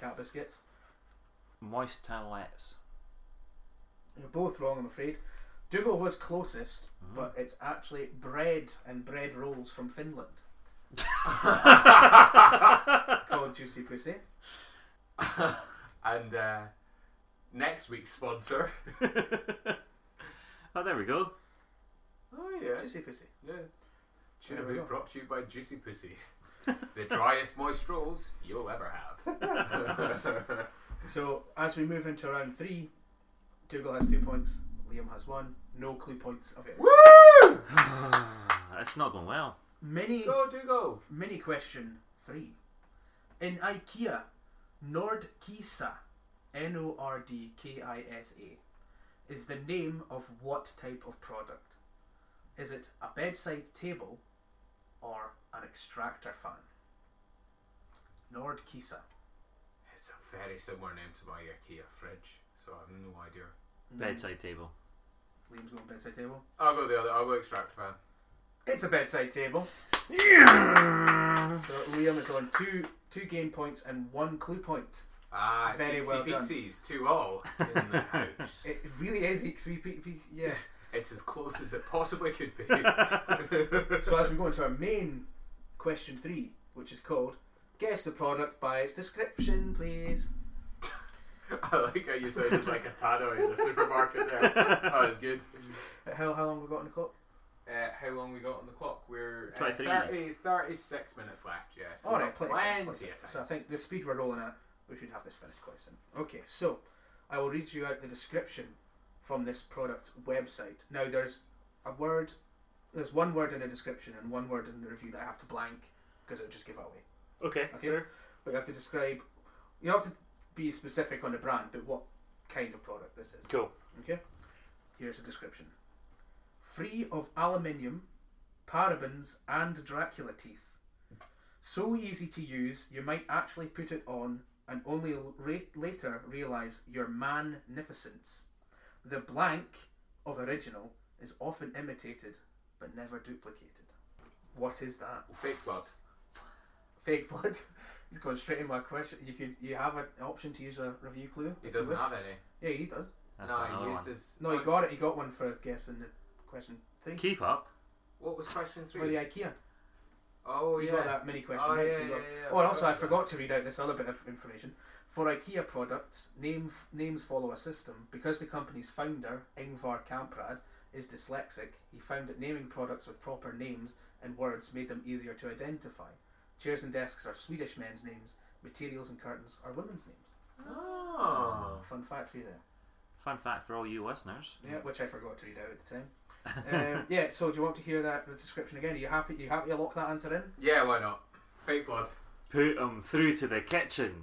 [SPEAKER 3] Cat biscuits.
[SPEAKER 4] moist towelettes.
[SPEAKER 3] You're both wrong, I'm afraid. Dougal was closest,
[SPEAKER 2] Hmm.
[SPEAKER 3] but it's actually bread and bread rolls from Finland
[SPEAKER 4] Oh,
[SPEAKER 3] called Juicy Pussy.
[SPEAKER 2] and uh, next week's sponsor.
[SPEAKER 4] oh, there we go.
[SPEAKER 2] Oh yeah,
[SPEAKER 3] Juicy Pussy.
[SPEAKER 2] yeah. Tuna
[SPEAKER 3] There we
[SPEAKER 2] Boot
[SPEAKER 3] go.
[SPEAKER 2] brought to you by Juicy Pussy. the driest moist rolls you'll ever have.
[SPEAKER 3] So as we move into round three, Dougal has two points, Liam has one. No clue points available.
[SPEAKER 2] Woo!
[SPEAKER 4] It's not going well.
[SPEAKER 3] Mini
[SPEAKER 2] Go do go.
[SPEAKER 3] mini question three. In IKEA, Nordkisa, N O R D K I S A, is the name of what type of product? Is it a bedside table or an extractor fan? Nordkisa.
[SPEAKER 2] It's a very similar name to my IKEA fridge, so I have no idea.
[SPEAKER 4] Bedside table.
[SPEAKER 3] Liam's going bedside table.
[SPEAKER 2] I'll go the other. I'll go extract fan.
[SPEAKER 3] It's a bedside table. So Liam is on two two game points and one clue point.
[SPEAKER 2] Ah,
[SPEAKER 3] Very
[SPEAKER 2] teensy
[SPEAKER 3] well done.
[SPEAKER 2] peeksies, two all in the house.
[SPEAKER 3] It really is eek sweep eek peek, yeah.
[SPEAKER 2] it's as close as it possibly could be.
[SPEAKER 3] So as we go into our main question three, which is called Guess the product by its description, please.
[SPEAKER 2] I like how you sounded like a Tano in the supermarket there. That was good.
[SPEAKER 3] How how long have we got on the clock?
[SPEAKER 2] Uh, how long we got on the clock? We're uh,
[SPEAKER 4] 23.
[SPEAKER 2] 30, 36 minutes left, yeah. So
[SPEAKER 3] Alright,
[SPEAKER 2] we've
[SPEAKER 3] plenty,
[SPEAKER 2] got
[SPEAKER 3] of
[SPEAKER 2] plenty
[SPEAKER 3] time, plenty of time.
[SPEAKER 2] of
[SPEAKER 3] So I
[SPEAKER 2] time.
[SPEAKER 3] think the speed we're rolling at, we should have this finished quite soon. Okay, so I will read you out the description from this product's website. Now there's a word, there's one word in the description and one word in the review that I have to blank because it'll just give it away.
[SPEAKER 4] Okay.
[SPEAKER 3] Okay. But you have to describe. You have to be specific on the brand, but what kind of product this is.
[SPEAKER 4] Cool.
[SPEAKER 3] Okay. Here's a description. Free of aluminium, parabens, and Dracula teeth. So easy to use, you might actually put it on and only ra- later realize your magnificence. The blank of original is often imitated but never duplicated. What is that?
[SPEAKER 2] Fake blood.
[SPEAKER 3] fake blood. He's going straight in my question. You could you have an option to use a review clue.
[SPEAKER 2] He
[SPEAKER 3] if you
[SPEAKER 2] doesn't
[SPEAKER 3] wish.
[SPEAKER 2] have any.
[SPEAKER 3] Yeah, he does.
[SPEAKER 4] That's got
[SPEAKER 2] no,
[SPEAKER 4] another
[SPEAKER 2] he used
[SPEAKER 4] one.
[SPEAKER 2] his.
[SPEAKER 3] No, he got it. He got one for guessing the question three.
[SPEAKER 4] Keep up.
[SPEAKER 2] What was question
[SPEAKER 3] For the
[SPEAKER 2] three?
[SPEAKER 3] IKEA.
[SPEAKER 2] Oh,
[SPEAKER 3] you
[SPEAKER 2] yeah.
[SPEAKER 3] got that mini question.
[SPEAKER 2] Oh,
[SPEAKER 3] right?
[SPEAKER 2] yeah,
[SPEAKER 3] So you got-
[SPEAKER 2] yeah, yeah,
[SPEAKER 3] oh, and
[SPEAKER 2] I
[SPEAKER 3] also I
[SPEAKER 2] forgot
[SPEAKER 3] forgot to read out this other bit of information. For IKEA products, name names follow a system. Because the company's founder, Ingvar Kamprad, is dyslexic, he found that naming products with proper names and words made them easier to identify. Chairs and desks are Swedish men's names, materials and curtains are women's names.
[SPEAKER 2] Oh.
[SPEAKER 3] Fun fact for you there.
[SPEAKER 4] Fun fact for all you listeners.
[SPEAKER 3] Yeah, which I forgot to read out at the time. um, yeah, so do you want to hear that the description again? Are you happy? You happy to lock that answer in?
[SPEAKER 2] Yeah, why not? Fake blood.
[SPEAKER 4] Put 'em through to the kitchen.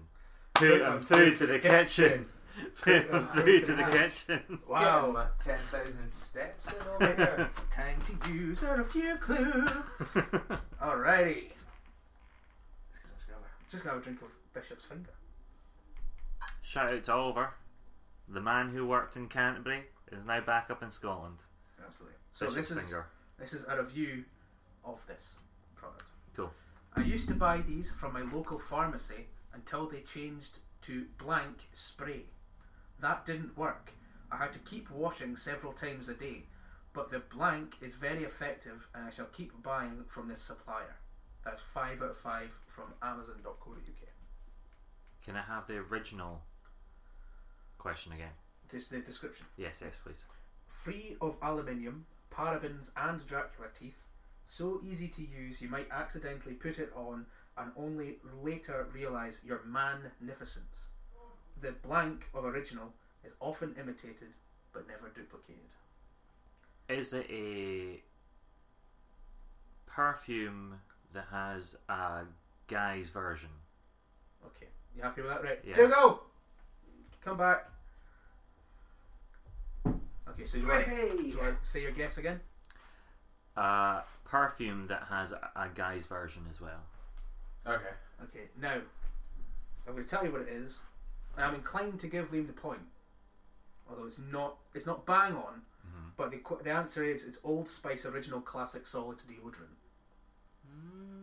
[SPEAKER 3] Put
[SPEAKER 4] Put 'em
[SPEAKER 3] 'em
[SPEAKER 4] through to the kitchen. Put 'em through to the kitchen.
[SPEAKER 3] Wow!
[SPEAKER 2] 10,000 steps in
[SPEAKER 4] over there.
[SPEAKER 3] Time to use a review clue. Alrighty. Just gonna have a drink of Bishop's Finger.
[SPEAKER 4] Shout out to Oliver, the man who worked in Canterbury is now back up in Scotland.
[SPEAKER 3] Absolutely. So
[SPEAKER 4] Bishop's
[SPEAKER 3] this is
[SPEAKER 4] finger.
[SPEAKER 3] this is a review of this product.
[SPEAKER 4] Cool.
[SPEAKER 3] I used to buy these from my local pharmacy until they changed to blank spray. That didn't work. I had to keep washing several times a day, but the blank is very effective and I shall keep buying from this supplier. That's 5 out of 5 from Amazon.co.uk.
[SPEAKER 4] Can I have the original question again?
[SPEAKER 3] Just the description.
[SPEAKER 4] Yes, yes, please.
[SPEAKER 3] Free of aluminium, parabens, and Dracula teeth, so easy to use you might accidentally put it on and only later realise your magnificence. The blank of original is often imitated but never duplicated.
[SPEAKER 4] Is it a perfume that has a guy's version?
[SPEAKER 3] Okay, you happy with that, right?
[SPEAKER 4] Yeah.
[SPEAKER 3] Google, come back. Okay, so you want, do you want to say your guess again?
[SPEAKER 4] A perfume that has a a guy's version as well.
[SPEAKER 2] Okay.
[SPEAKER 3] Okay, now I'm going to tell you what it is, and I'm inclined to give Liam the point, although it's not it's not bang on.
[SPEAKER 2] Mm-hmm.
[SPEAKER 3] But the qu- the answer is it's Old Spice original classic solid deodorant.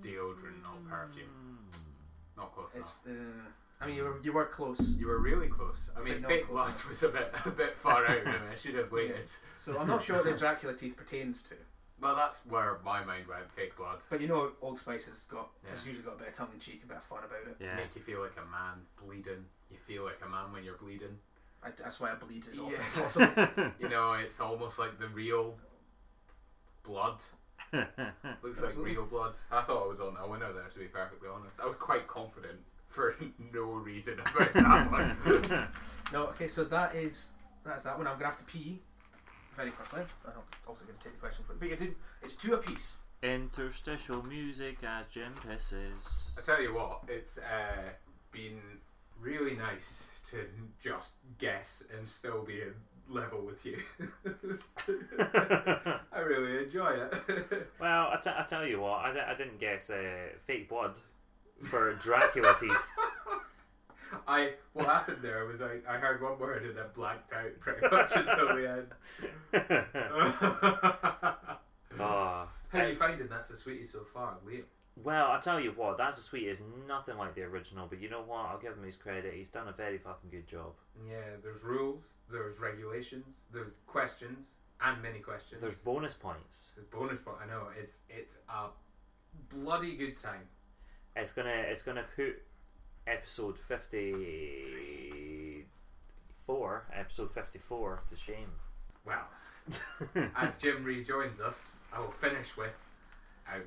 [SPEAKER 2] Deodorant, not perfume.
[SPEAKER 4] Mm.
[SPEAKER 2] Not close
[SPEAKER 3] It's
[SPEAKER 2] enough.
[SPEAKER 3] uh, I mean you were you were close.
[SPEAKER 2] You were really close. I mean,
[SPEAKER 3] not
[SPEAKER 2] fake
[SPEAKER 3] close
[SPEAKER 2] blood was a bit a bit far out. Really. I should have waited.
[SPEAKER 3] So I'm not sure what the Dracula teeth pertains to,
[SPEAKER 2] Well, that's where my mind went. Fake blood.
[SPEAKER 3] but you know Old Spice has got has
[SPEAKER 2] Yeah.
[SPEAKER 3] usually got a bit of tongue in cheek, a bit of fun about it.
[SPEAKER 4] Yeah.
[SPEAKER 2] Make you feel like a man bleeding. You feel like a man when you're bleeding.
[SPEAKER 3] I, that's why I bleed as often
[SPEAKER 2] Yeah.
[SPEAKER 3] as possible.
[SPEAKER 2] You know, it's almost like the real blood. Looks like
[SPEAKER 3] Absolutely.
[SPEAKER 2] real blood. I thought I was on a winner there, to be perfectly honest. I was quite confident for no reason about that one.
[SPEAKER 3] No, okay, so that is that's that one. I'm gonna have to pee very quickly. I'm obviously gonna take the question, but you did. It's two apiece.
[SPEAKER 4] Interstitial music as Jim pisses.
[SPEAKER 2] I tell you what, it's uh, been really nice to just guess and still be in level with you. I really enjoy it.
[SPEAKER 4] Well, I, t- I tell you what, I d- I didn't guess uh, fake blood for Dracula teeth.
[SPEAKER 2] I what happened there was I, I heard one word and then blanked out pretty much until the end.
[SPEAKER 4] Ah.
[SPEAKER 2] How are you finding that's the sweetie so far, Liam?
[SPEAKER 4] Well, I tell you what, that's a sweet is nothing like the original, but you know what? I'll give him his credit. He's done a very fucking good job.
[SPEAKER 2] Yeah, there's rules, there's regulations, there's questions, and many questions.
[SPEAKER 4] There's bonus points.
[SPEAKER 2] There's bonus point. I know it's it's a bloody good time.
[SPEAKER 4] It's gonna it's gonna put episode fifty four episode fifty four to shame.
[SPEAKER 2] Well, as Jim rejoins us, I will finish with ouch.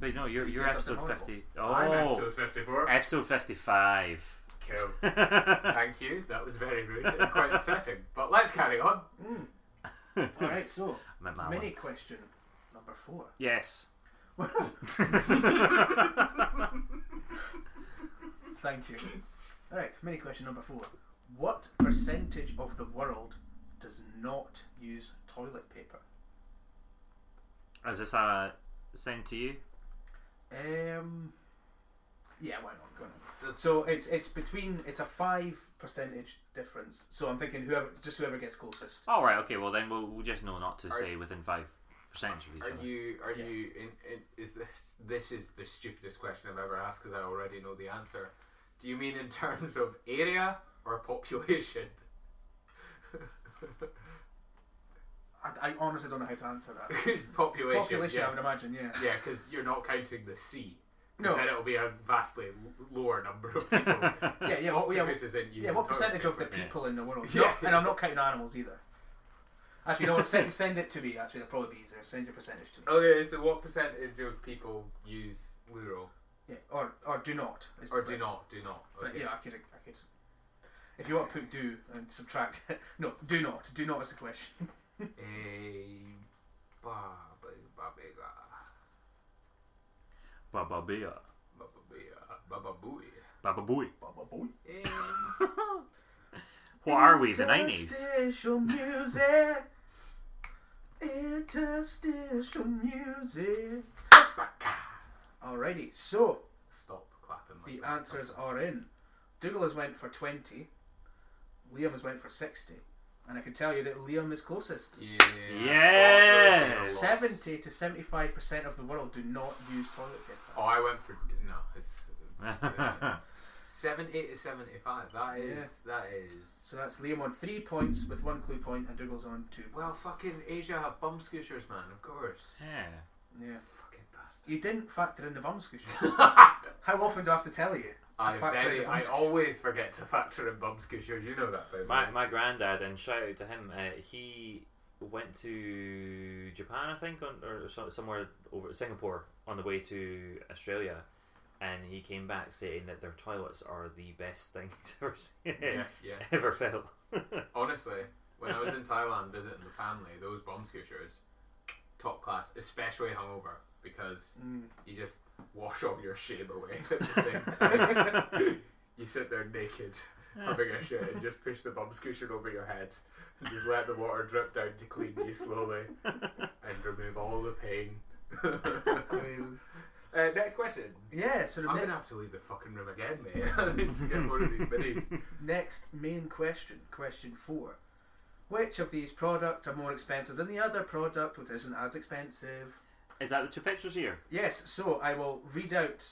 [SPEAKER 4] Wait, no, you're
[SPEAKER 3] Did you
[SPEAKER 4] you're
[SPEAKER 3] say something
[SPEAKER 4] episode
[SPEAKER 3] horrible?
[SPEAKER 4] fifty.
[SPEAKER 2] I'm
[SPEAKER 4] Oh,
[SPEAKER 2] episode fifty-four.
[SPEAKER 4] episode fifty five.
[SPEAKER 2] Cool. Thank you. That was very rude and quite upsetting. But let's carry on.
[SPEAKER 3] All right, so
[SPEAKER 4] Meant that
[SPEAKER 3] mini
[SPEAKER 4] one.
[SPEAKER 3] question number four.
[SPEAKER 4] Yes.
[SPEAKER 3] Thank you. All right, mini question number four. What percentage of the world does not use toilet paper?
[SPEAKER 4] Is this a send to you?
[SPEAKER 3] Um, yeah, why not? Go on.
[SPEAKER 2] That's-
[SPEAKER 3] So it's it's between it's a five percentage difference. So I'm thinking whoever just whoever gets closest.
[SPEAKER 4] All right. Okay. Well, then we'll, we'll just know not to say within five percentage of each
[SPEAKER 2] Are
[SPEAKER 4] other.
[SPEAKER 2] you? Are you? In, in, is this? This is the stupidest question I've ever asked because I already know the answer. Do you mean in terms of area or population?
[SPEAKER 3] I, I honestly don't know how to answer that.
[SPEAKER 2] population.
[SPEAKER 3] Population, I
[SPEAKER 2] yeah,
[SPEAKER 3] would imagine. Yeah.
[SPEAKER 2] yeah, because you're not counting the sea.
[SPEAKER 3] No.
[SPEAKER 2] Then it'll be a vastly l- lower number of people.
[SPEAKER 3] Yeah, yeah. What, yeah,
[SPEAKER 2] Octopus isn't
[SPEAKER 3] yeah,
[SPEAKER 2] using
[SPEAKER 3] what
[SPEAKER 2] toilet
[SPEAKER 3] percentage of the
[SPEAKER 2] paper.
[SPEAKER 3] people in the world?
[SPEAKER 2] Yeah.
[SPEAKER 3] Not- and I'm not counting animals either. Actually, no. Send send it to me. Actually, that'd probably be easier. Send your percentage to me.
[SPEAKER 2] Okay, so what percentage of people use Luro
[SPEAKER 3] Yeah, or or do not. is the
[SPEAKER 2] or do
[SPEAKER 3] question.
[SPEAKER 2] not? Do not.
[SPEAKER 3] But
[SPEAKER 2] Okay.
[SPEAKER 3] yeah, I could I could. If you want to put do and subtract, no, do not. Do not is the question.
[SPEAKER 2] Eh, ba- ba- ba- ba- ba-
[SPEAKER 4] Baba bia,
[SPEAKER 2] ba- ba- ba- ba- booey.
[SPEAKER 4] baba boy.
[SPEAKER 3] Baba boy.
[SPEAKER 2] Eh,
[SPEAKER 4] What are we? The nineties.
[SPEAKER 3] Interstitial music. Interstitial music. Alrighty, so
[SPEAKER 2] Stop clapping. Like
[SPEAKER 3] the
[SPEAKER 2] that.
[SPEAKER 3] answers are in. Dougal has went for twenty. Liam has went for sixty, and I can tell you that Liam is closest.
[SPEAKER 2] Yeah.
[SPEAKER 4] Yes.
[SPEAKER 2] I thought there was
[SPEAKER 3] Seventy to seventy-five percent of the world do not use toilet paper.
[SPEAKER 2] a lot. Oh, I went for no. It's, it's seventy to seventy-five. That is. That is.
[SPEAKER 3] So that's Liam on three points with one clue point, and Dougal's on two.
[SPEAKER 2] well, fucking Asia have bum scooters, man. Of course.
[SPEAKER 4] yeah.
[SPEAKER 3] Yeah.
[SPEAKER 2] Fucking bastard.
[SPEAKER 3] You didn't factor in the bum scooters. How often do I have to tell you?
[SPEAKER 2] I
[SPEAKER 3] factor in
[SPEAKER 2] very.
[SPEAKER 3] the bum
[SPEAKER 2] I
[SPEAKER 3] scooters.
[SPEAKER 2] always forget to factor in bum scooters. You know that, but
[SPEAKER 4] My my granddad and shout out to him. Uh, he went to Japan, I think, on, or so- somewhere over Singapore on the way to Australia,
[SPEAKER 1] and he came back saying that their toilets are the best thing he's ever seen,
[SPEAKER 2] yeah, yeah.
[SPEAKER 1] ever felt.
[SPEAKER 2] Honestly, when I was in Thailand visiting the family, those bomb scooters, top class, especially hungover, because
[SPEAKER 3] Mm.
[SPEAKER 2] you just wash all your shame away at the same time. you sit there naked, having a shit, and just push the bomb scooter over your head, and just let the water drip down to clean you slowly, and remove all the pain.
[SPEAKER 3] Amazing.
[SPEAKER 2] Uh, next question.
[SPEAKER 3] Yeah, so the
[SPEAKER 2] I'm
[SPEAKER 3] ne-
[SPEAKER 2] gonna have to leave the fucking room again, mate. I need to get one of these minis.
[SPEAKER 3] next main question, question four. Which of these products are more expensive than the other product, which isn't as expensive?
[SPEAKER 4] Is that the two pictures here?
[SPEAKER 3] Yes, so I will read out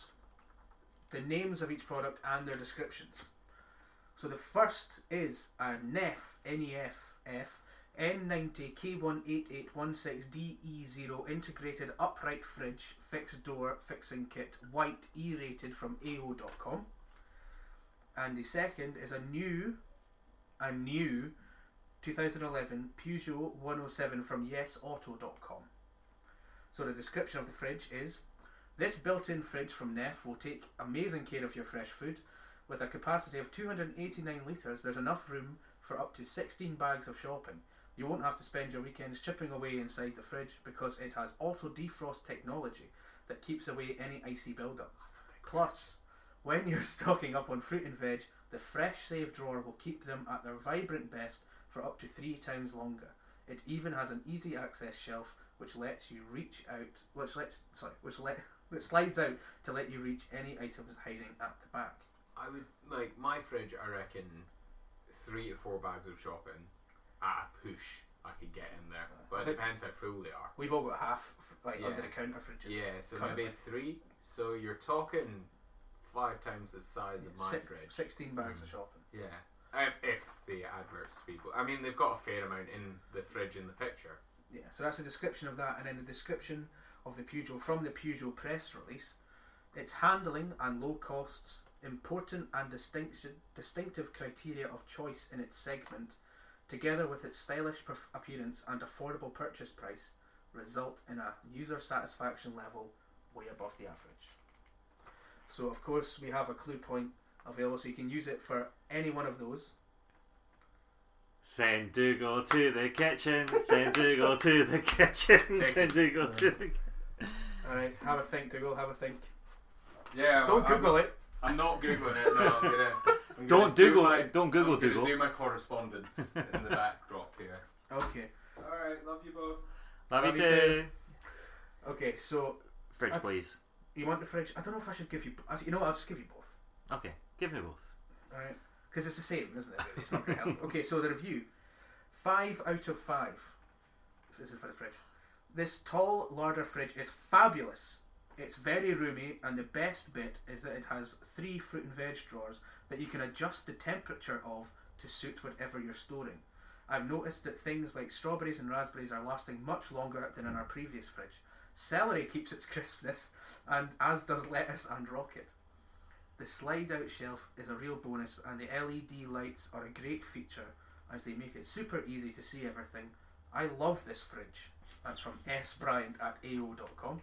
[SPEAKER 3] the names of each product and their descriptions. So the first is a E NEF, N-E-F-F, N90K18816DE0 E integrated upright fridge fixed door fixing kit, white E-rated from AO.com. And the second is a new, a new 2011 Peugeot 107 from YesAuto.com. So the description of the fridge is this built-in fridge from Neff will take amazing care of your fresh food. With a capacity of 289 litres, there's enough room for up to 16 bags of shopping. You won't have to spend your weekends chipping away inside the fridge because it has auto defrost technology that keeps away any icy buildups. Plus, when you're stocking up on fruit and veg, the fresh save drawer will keep them at their vibrant best for up to three times longer. It even has an easy access shelf which lets you reach out, which lets sorry, which let that slides out to let you reach any items hiding at the back.
[SPEAKER 2] I would like my fridge. I reckon three to four bags of shopping at a push I could get in there, but it
[SPEAKER 3] think-
[SPEAKER 2] depends how full they are.
[SPEAKER 3] We've all got half f- like under
[SPEAKER 2] Yeah.
[SPEAKER 3] the counter fridges.
[SPEAKER 2] yeah, so
[SPEAKER 3] currently.
[SPEAKER 2] maybe three. So you're talking five times the size of Mm. my
[SPEAKER 3] Six-
[SPEAKER 2] fridge.
[SPEAKER 3] sixteen bags of shopping.
[SPEAKER 2] Yeah, if, if the adverts people. I mean, they've got a fair amount in the fridge in the picture.
[SPEAKER 3] Yeah, so that's a description of that, and then the description of the Peugeot from the Peugeot press release. Its handling and low costs, important and distinction, distinctive criteria of choice in its segment, together with its stylish perf- appearance and affordable purchase price, result in a user satisfaction level way above the average. So, of course, we have a clue point available, so you can use it for any one of those.
[SPEAKER 4] Send Dougal to the kitchen. Send Dougal to the kitchen.
[SPEAKER 2] Take
[SPEAKER 4] Send Dougal to the.
[SPEAKER 3] All right, have a think, Dougal. Have a think.
[SPEAKER 2] Yeah,
[SPEAKER 3] Don't Google it.
[SPEAKER 2] I'm not googling it. No, I'm gonna. I'm
[SPEAKER 4] Don't
[SPEAKER 2] gonna do
[SPEAKER 4] Google
[SPEAKER 2] my-
[SPEAKER 4] it, don't Google
[SPEAKER 2] I'm gonna
[SPEAKER 4] Dougal.
[SPEAKER 2] Do my correspondence in the backdrop here.
[SPEAKER 3] Okay.
[SPEAKER 2] All right, love you both.
[SPEAKER 4] Love you
[SPEAKER 3] Love you
[SPEAKER 4] too.
[SPEAKER 3] Okay, so
[SPEAKER 4] Fridge,
[SPEAKER 3] Okay.
[SPEAKER 4] please.
[SPEAKER 3] You want the fridge? I don't know if I should give you. bo- actually, You know, what, I'll just give you both.
[SPEAKER 4] Okay, give me both.
[SPEAKER 3] All right, because it's the same, isn't it? Really? It's not going to help. Okay, so the review: five out of five. This is for the fridge. This tall larder fridge is fabulous. It's very roomy, and the best bit is that it has three fruit and veg drawers that you can adjust the temperature of to suit whatever you're storing. I've noticed that things like strawberries and raspberries are lasting much longer than in our previous fridge. Celery keeps its crispness, and as does lettuce and rocket. The slide out shelf is a real bonus, and the LED lights are a great feature as they make it super easy to see everything. I love this fridge. That's from S Bryant at AO.com.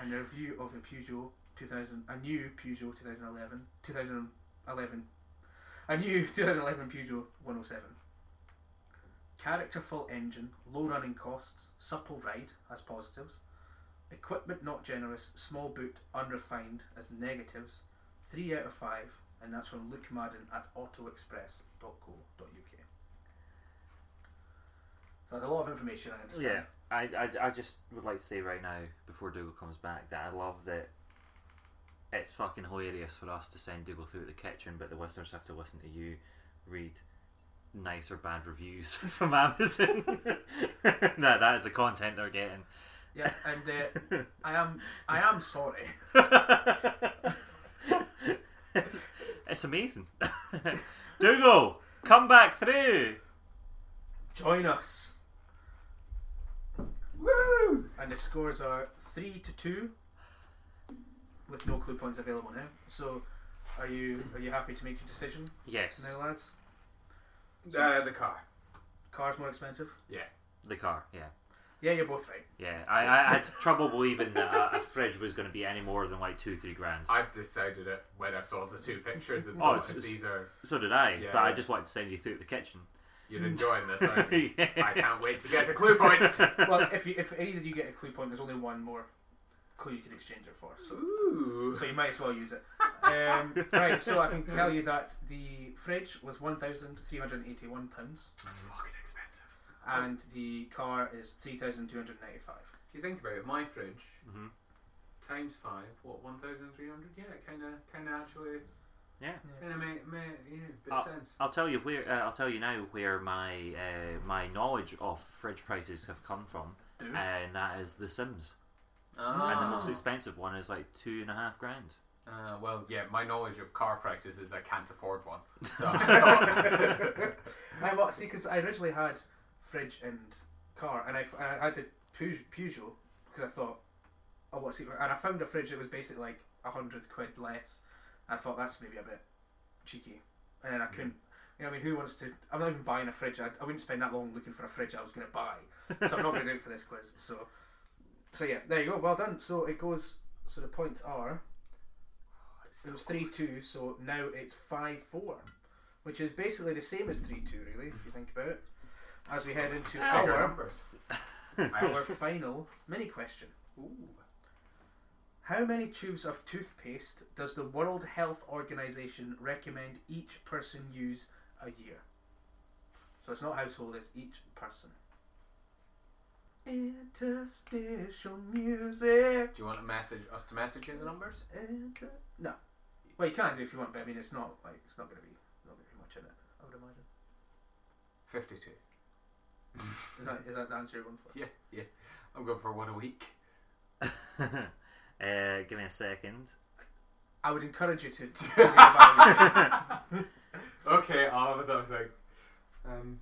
[SPEAKER 3] And a review of the Peugeot 2000, a new Peugeot 2011, 2011, a new 2011 Peugeot 107. Characterful engine, low running costs, supple ride has positives. Equipment not generous, small boot, unrefined as negatives. Three out of five, and that's from Luke Madden at autoexpress.co.uk. So that's a lot of information, I understand.
[SPEAKER 4] Yeah, I, I, I just would like to say right now, before Dougal comes back, that I love that it's fucking hilarious for us to send Dougal through the kitchen, but the listeners have to listen to you read nice or bad reviews from Amazon. no, that is the content they're getting.
[SPEAKER 3] Yeah, and uh, I am I am sorry.
[SPEAKER 4] it's, it's amazing. Dougal, come back through.
[SPEAKER 3] Join us.
[SPEAKER 2] Woo!
[SPEAKER 3] And the scores are three to two, with no clue points available now. So, are you are you happy to make your decision
[SPEAKER 4] Yes,
[SPEAKER 3] now, lads?
[SPEAKER 2] Uh, the car.
[SPEAKER 3] Car's more expensive.
[SPEAKER 2] Yeah.
[SPEAKER 4] the car. Yeah,
[SPEAKER 3] Yeah, you're both right.
[SPEAKER 4] Yeah, I, I had trouble believing that a, a fridge was going to be any more than like two, three grand.
[SPEAKER 2] I've decided it when I saw the two pictures and
[SPEAKER 4] Oh,
[SPEAKER 2] thought
[SPEAKER 4] it's-
[SPEAKER 2] if these are
[SPEAKER 4] So did I,
[SPEAKER 2] Yeah.
[SPEAKER 4] but I just wanted to send you through the kitchen.
[SPEAKER 2] you're enjoying this. aren't you?
[SPEAKER 4] Yeah.
[SPEAKER 2] I can't wait to get a clue point.
[SPEAKER 3] Well, if you, if either you get a clue point, there's only one more clue you can exchange it for. So,
[SPEAKER 2] Ooh.
[SPEAKER 3] so you might as well use it. Um, right. So I can tell you that the fridge was one thousand three hundred eighty-one pounds,
[SPEAKER 2] That's
[SPEAKER 4] Mm.
[SPEAKER 2] fucking expensive.
[SPEAKER 3] and the car is three thousand two hundred ninety-five.
[SPEAKER 2] If you think about it, my fridge
[SPEAKER 4] Mhm.
[SPEAKER 2] times five, what one thousand three hundred? Yeah, it kind of, kind of actually,
[SPEAKER 4] Yeah.
[SPEAKER 2] kind of make, make yeah, bit
[SPEAKER 4] Uh,
[SPEAKER 2] sense.
[SPEAKER 4] I'll tell you where. Uh, I'll tell you now where my uh, my knowledge of fridge prices have come from, uh,
[SPEAKER 3] Do
[SPEAKER 4] and that is The Sims. And the
[SPEAKER 2] Ah.
[SPEAKER 4] most expensive one is like two and a half grand.
[SPEAKER 2] Uh, well, yeah, my knowledge of car prices is I can't afford one. So I
[SPEAKER 3] I well, see because I originally had fridge and car, and I, f- I had the Peugeot, Peugeot because I thought, oh, what's it? And I found a fridge that was basically like a hundred quid less. And I thought that's maybe a bit cheeky, and then I couldn't. You know, I mean, who wants to? I'm not even buying a fridge. I, I wouldn't spend that long looking for a fridge I was going to buy, so I'm not going to do it for this quiz. So, so yeah, there you go. Well done. So it goes. So the points are it was three two, so now it's five four, which is basically the same as three two, really, if you think about it. As we head into
[SPEAKER 2] Bigger
[SPEAKER 3] our
[SPEAKER 2] numbers.
[SPEAKER 3] our final mini question:
[SPEAKER 2] Ooh.
[SPEAKER 3] How many tubes of toothpaste does the World Health Organization recommend each person use a year? So it's not household; it's each person. Interstitial music.
[SPEAKER 2] Do you want to message us to message you the numbers?
[SPEAKER 3] Inter- no. Well, you can do if you want, but I mean, it's not like it's not going to be not going to be much in it. I would imagine.
[SPEAKER 2] Fifty-two.
[SPEAKER 3] Is that is that the answer you're going for?
[SPEAKER 2] Yeah, yeah. I'm going for one a week.
[SPEAKER 4] uh, give me a second.
[SPEAKER 3] I would encourage you to. to do the value.
[SPEAKER 2] Okay, I'll have another thing. Um,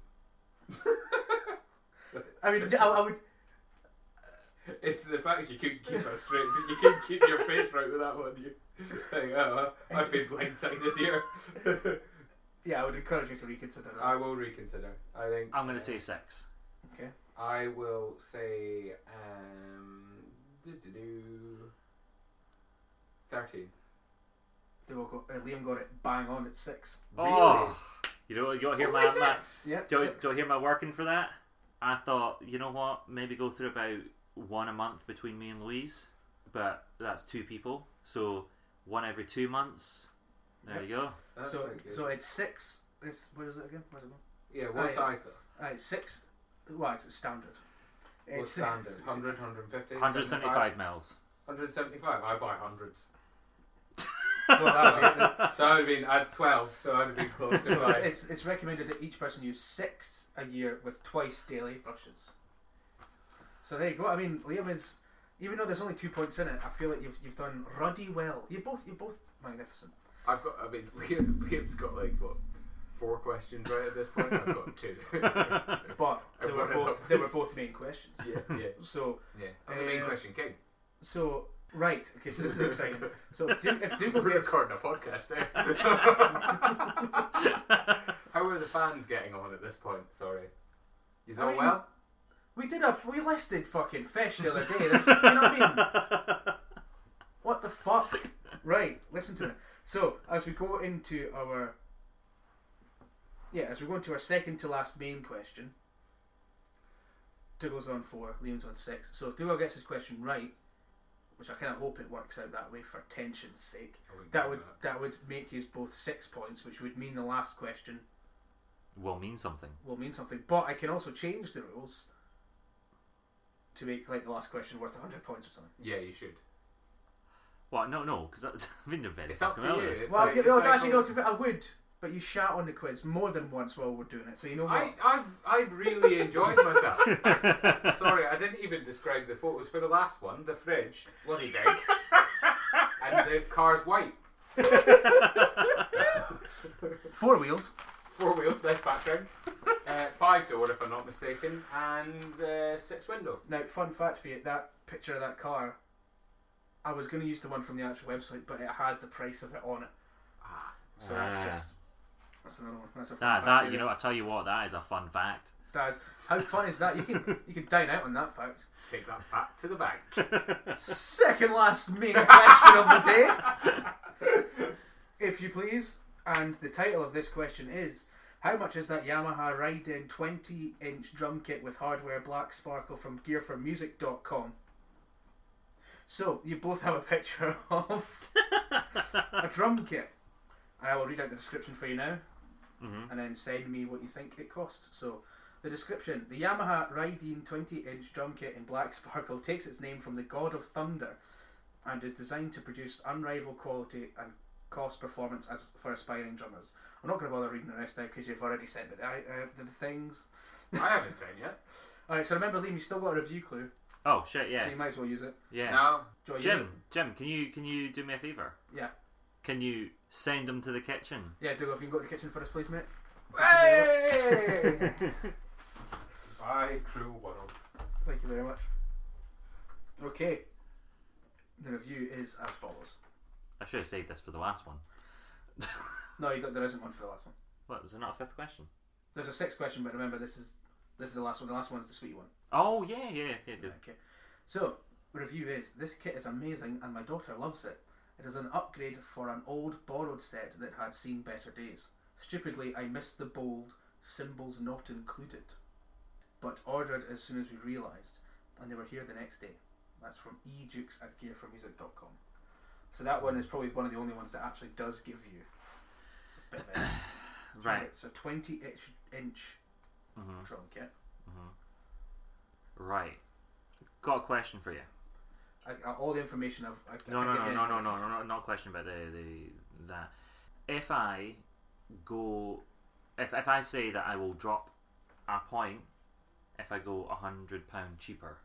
[SPEAKER 3] I mean, I, I would.
[SPEAKER 2] it's the fact that you couldn't keep it straight. You couldn't keep your face right with that one. You think, oh, I've been blindsided here.
[SPEAKER 3] Yeah, I would encourage you to reconsider that.
[SPEAKER 2] I will reconsider. I think
[SPEAKER 4] I'm going to say six.
[SPEAKER 3] Okay.
[SPEAKER 2] I will say um, doo-doo-doo. thirteen.
[SPEAKER 3] They all got, uh, Liam got it bang on at six.
[SPEAKER 4] Oh, you know, you don't hear
[SPEAKER 2] Only
[SPEAKER 4] my, my
[SPEAKER 2] six?
[SPEAKER 3] Yeah.
[SPEAKER 4] don't,
[SPEAKER 3] six.
[SPEAKER 4] don't hear my working for that. I thought, you know what, maybe go through about one a month between me and Louise, but that's two people, so one every two months. There you go.
[SPEAKER 2] That's
[SPEAKER 3] so
[SPEAKER 2] pretty good.
[SPEAKER 3] so it's six. It's where is it again? Where's it going?
[SPEAKER 2] yeah, what
[SPEAKER 3] I-
[SPEAKER 2] size though?
[SPEAKER 3] Uh, it's six. Well, it's standard.
[SPEAKER 2] What standard? 100, 150, 75?
[SPEAKER 4] 175 mils.
[SPEAKER 2] 175. I buy hundreds.
[SPEAKER 3] well, that'd be-
[SPEAKER 2] So I'd have been at 12, so I'd have been close to
[SPEAKER 3] it's,
[SPEAKER 2] like.
[SPEAKER 3] it's, it's recommended that each person use six a year with twice daily brushes. So there you go. I mean, Liam is, even though there's only two points in it, I feel like you've, you've done ruddy well. You both you're both magnificent.
[SPEAKER 2] I've got, I mean, Liam, Liam's got like, what, four questions right at this point? I've got two.
[SPEAKER 3] But they were
[SPEAKER 2] wonder
[SPEAKER 3] both
[SPEAKER 2] if-
[SPEAKER 3] they were both main questions.
[SPEAKER 2] yeah, yeah.
[SPEAKER 3] So
[SPEAKER 2] Yeah. I'm the main
[SPEAKER 3] Uh,
[SPEAKER 2] question king.
[SPEAKER 3] so right. Okay, so this is exciting. So do, if Dougal
[SPEAKER 2] We're
[SPEAKER 3] gets
[SPEAKER 2] recording a podcast there. How are the fans getting on at this point? Sorry. Is
[SPEAKER 3] I
[SPEAKER 2] all
[SPEAKER 3] mean-
[SPEAKER 2] well?
[SPEAKER 3] We did a we listed fucking fish the other day. That's, you know what I mean? What the fuck? Right, listen to me. So as we go into our yeah, as we go into our second to last main question, Dougal's on four, Liam's on six. So if Dougal gets his question right, which I kind of hope it works out that way for tension's sake, that would that would make us both six points, which would mean the last question
[SPEAKER 4] Will mean something.
[SPEAKER 3] will mean something. But I can also change the rules to make like the last question worth 100 points or something.
[SPEAKER 2] Yeah, you should.
[SPEAKER 4] Well, no, no, because I've been to very
[SPEAKER 2] It's up
[SPEAKER 4] fucking
[SPEAKER 2] to you.
[SPEAKER 4] early.
[SPEAKER 2] It's
[SPEAKER 3] Well,
[SPEAKER 2] like-
[SPEAKER 3] you
[SPEAKER 2] it's
[SPEAKER 3] know,
[SPEAKER 2] like
[SPEAKER 3] actually,
[SPEAKER 2] all-
[SPEAKER 3] no, to be, I would, but you shat on the quiz more than once while we're doing it. So you know what?
[SPEAKER 2] I, I've I've really enjoyed myself. Sorry, I didn't even describe the photos for the last one. The fridge, bloody big, and the car's white.
[SPEAKER 3] Four wheels.
[SPEAKER 2] Four wheels, nice background. Uh, five door, if I'm not mistaken, and uh, six window.
[SPEAKER 3] Now, fun fact for you: that picture of that car. I was going to use the one from the actual website, but it had the price of it on it. So that's
[SPEAKER 4] Ah.
[SPEAKER 3] just that's another one. That's a fun
[SPEAKER 4] That,
[SPEAKER 3] fact
[SPEAKER 4] that
[SPEAKER 3] there.
[SPEAKER 4] you know, I tell you what, that is a fun fact.
[SPEAKER 3] Stas. How fun is that? You can you can dine out on that fact.
[SPEAKER 2] Take that back to the bank.
[SPEAKER 3] Second last mega question of the day, if you please. And the title of this question is How much is that Yamaha Raiden 20 inch drum kit with hardware black sparkle from gearformusic.com? So, you both have a picture of a drum kit. And I will read out the description for you now
[SPEAKER 4] Mhm.
[SPEAKER 3] and then send me what you think it costs. So, the description The Yamaha Raiden 20 inch drum kit in black sparkle takes its name from the god of thunder and is designed to produce unrivaled quality and cost performance as for aspiring drummers. I'm not going to bother reading the rest now because you've already sent me the, uh, the things.
[SPEAKER 2] I haven't seen yet.
[SPEAKER 3] All right, so remember, Liam, you still got a review clue,
[SPEAKER 4] Oh shit! Yeah,
[SPEAKER 3] so you might as well use it.
[SPEAKER 4] yeah.
[SPEAKER 2] No.
[SPEAKER 3] Joy, you
[SPEAKER 4] Jim, Jim, can you can you do me a favor?
[SPEAKER 3] Yeah.
[SPEAKER 4] Can you send them to the kitchen?
[SPEAKER 3] do it. Yeah, Doug, if you can go to the kitchen for us, please, mate.
[SPEAKER 2] Hey! Bye, cruel world.
[SPEAKER 3] Thank you very much. Okay. The review is as follows.
[SPEAKER 4] I should have saved this for the last one.
[SPEAKER 3] No, you don't, there isn't one for the last one.
[SPEAKER 4] What is there not a fifth question?
[SPEAKER 3] There's a sixth question, but remember, this is this is the last one. The last one's the sweet one.
[SPEAKER 4] Oh yeah, yeah, yeah. Good.
[SPEAKER 3] Okay. So, review is this kit is amazing and my daughter loves it. It is an upgrade for an old borrowed set that had seen better days. Stupidly, I missed the bold symbols not included, but ordered as soon as we realised, and they were here the next day. That's from edukes at gearformusic.com. So that one is probably one of the only ones that actually does give you. a bit of it.
[SPEAKER 4] Right,
[SPEAKER 3] So 20 inch, inch
[SPEAKER 4] Mhm.
[SPEAKER 3] drum kit.
[SPEAKER 4] right. Got a question for you.
[SPEAKER 3] I, I, all the information I've. I, I
[SPEAKER 4] No, no,
[SPEAKER 3] give
[SPEAKER 4] no,
[SPEAKER 3] you.
[SPEAKER 4] no, no, no, no, no, not a question about the, the that. If I go, if if I say that I will drop a point, if I go a hundred pound cheaper,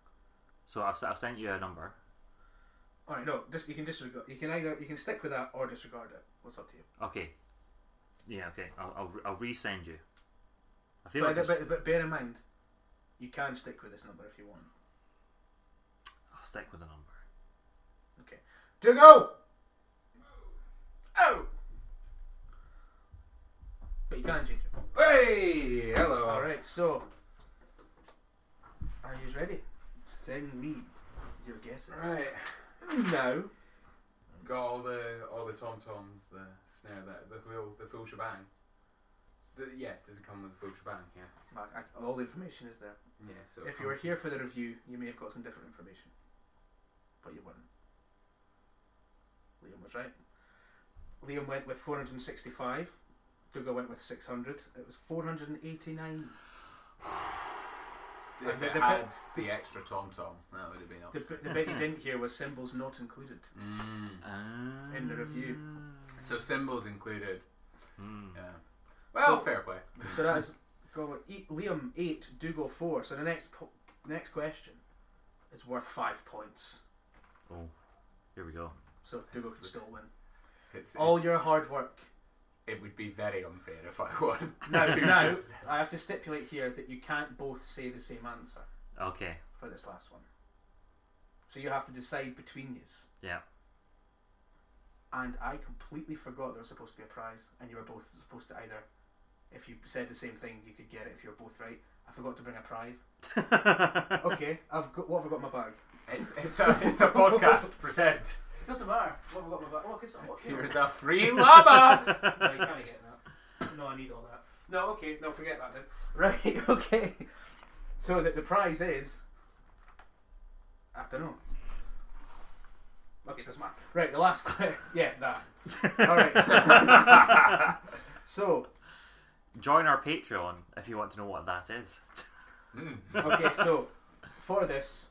[SPEAKER 4] so I've, s- I've sent you a number.
[SPEAKER 3] All right, no, just you can disregard. You can either you can stick with that or disregard it. What's up to you?
[SPEAKER 4] Okay. Yeah. Okay. I'll I'll, re- I'll resend you. I feel
[SPEAKER 3] But,
[SPEAKER 4] like
[SPEAKER 3] but, but bear in mind, you can stick with this number if you want.
[SPEAKER 4] I'll stick with a number.
[SPEAKER 3] Okay, to go. Oh, but you can change it.
[SPEAKER 2] Hey! Hello.
[SPEAKER 3] All right, so are you ready? Send me your guesses.
[SPEAKER 2] Right.
[SPEAKER 3] now.
[SPEAKER 2] Got all the all the tom toms, the snare, the the full the full shebang. The, yeah, does it come with the full shebang? Yeah.
[SPEAKER 3] Mark, I, all the information is there.
[SPEAKER 2] Yeah. So
[SPEAKER 3] If you were here for the review, you may have got some different information, but you weren't. Liam was right. Liam went with 465. Dougal went with 600. It was 489.
[SPEAKER 2] if
[SPEAKER 3] the-
[SPEAKER 2] it
[SPEAKER 3] the
[SPEAKER 2] had the extra tom tom, that would have been
[SPEAKER 3] The,
[SPEAKER 2] awesome.
[SPEAKER 3] b- the bit you didn't hear was symbols not included.
[SPEAKER 2] Mm.
[SPEAKER 3] In the review.
[SPEAKER 4] Ah.
[SPEAKER 2] So symbols included.
[SPEAKER 4] Mm.
[SPEAKER 2] Yeah. Well,
[SPEAKER 3] So-
[SPEAKER 2] fair play.
[SPEAKER 3] So that is go with E- Liam eight, Dougal four. So the next po- next question is worth five points.
[SPEAKER 4] Oh, here we go.
[SPEAKER 3] So Dougal could still win.
[SPEAKER 2] It's,
[SPEAKER 3] All
[SPEAKER 2] it's-
[SPEAKER 3] your hard work.
[SPEAKER 2] It would be very unfair if I won.
[SPEAKER 3] Now,
[SPEAKER 2] To
[SPEAKER 3] now
[SPEAKER 2] just-
[SPEAKER 3] I have to stipulate here that you can't both say the same answer.
[SPEAKER 4] Okay.
[SPEAKER 3] for this last one. So you have to decide between these.
[SPEAKER 4] Yeah.
[SPEAKER 3] And I completely forgot there was supposed to be a prize, and you were both supposed to either, if you said the same thing, you could get it if you were both right. I forgot to bring a prize. Okay, I've got what have I got in my bag?
[SPEAKER 2] It's it's a it's a podcast. Present.
[SPEAKER 3] It doesn't matter. What have I got in my bag? Oh, 'cause- oh, here.
[SPEAKER 2] Here's a free lava.
[SPEAKER 3] no, you can't get that. No, I need all that. No, okay, no, forget that then. Right, okay. So the, the prize is. I don't know. Okay, doesn't matter. Right, the last. que- yeah, that. Alright. so,
[SPEAKER 4] Join our Patreon if you want to know what that is.
[SPEAKER 3] okay, so for this,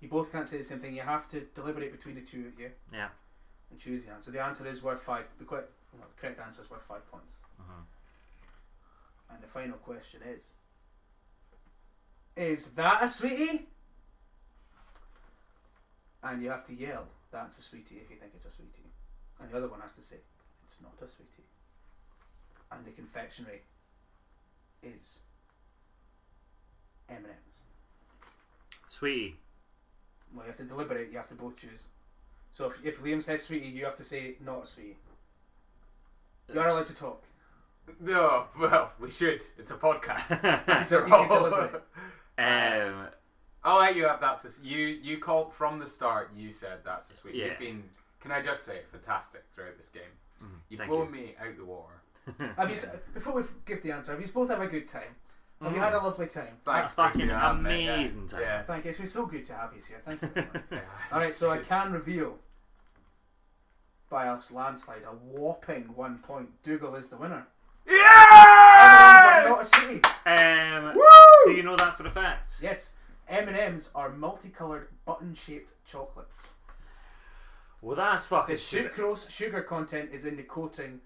[SPEAKER 3] you both can't say the same thing. You have to deliberate between the two of you
[SPEAKER 4] Yeah.
[SPEAKER 3] and choose the answer. The answer is worth five. The, que- well, the correct answer is worth five points.
[SPEAKER 4] Mhm.
[SPEAKER 3] And the final question is Is that a sweetie? And you have to yell, That's a sweetie if you think it's a sweetie. And the other one has to say, It's not a sweetie. And the confectionery is M&M's.
[SPEAKER 4] Sweetie.
[SPEAKER 3] Well, you have to deliberate, you have to both choose. So if, if Liam says sweetie, you have to say not a sweetie. You are allowed to talk.
[SPEAKER 2] No, well, we should. It's a podcast.
[SPEAKER 3] You
[SPEAKER 2] After
[SPEAKER 3] can
[SPEAKER 2] all.
[SPEAKER 3] deliberate.
[SPEAKER 4] um,
[SPEAKER 2] I'll let you have that's a, you you called from the start. You said that's a sweet.
[SPEAKER 4] Yeah.
[SPEAKER 2] You've been, can I just say, fantastic throughout this game. You've
[SPEAKER 4] thank
[SPEAKER 2] blown me out the water.
[SPEAKER 3] Have you, before we give the answer, have you both had a good time? Have
[SPEAKER 2] Mm.
[SPEAKER 3] you had a lovely time?
[SPEAKER 2] Thanks,
[SPEAKER 4] A fucking
[SPEAKER 2] Brucey, I admit that.
[SPEAKER 4] amazing time.
[SPEAKER 2] Yeah.
[SPEAKER 3] Thank you. It's been so good to have you here. Thank you. Very much.
[SPEAKER 2] yeah.
[SPEAKER 3] All right, so I can reveal by a landslide, a whopping one point. Dougal is the winner. M&Ms are not a
[SPEAKER 2] Yes!
[SPEAKER 3] city.
[SPEAKER 4] Um,
[SPEAKER 2] Woo!
[SPEAKER 4] do you know that for a fact?
[SPEAKER 3] Yes, M and M's are multicolored button-shaped chocolates.
[SPEAKER 1] Well, that's
[SPEAKER 3] The
[SPEAKER 1] fucking stupid.
[SPEAKER 3] sucrose sugar content is in the coating,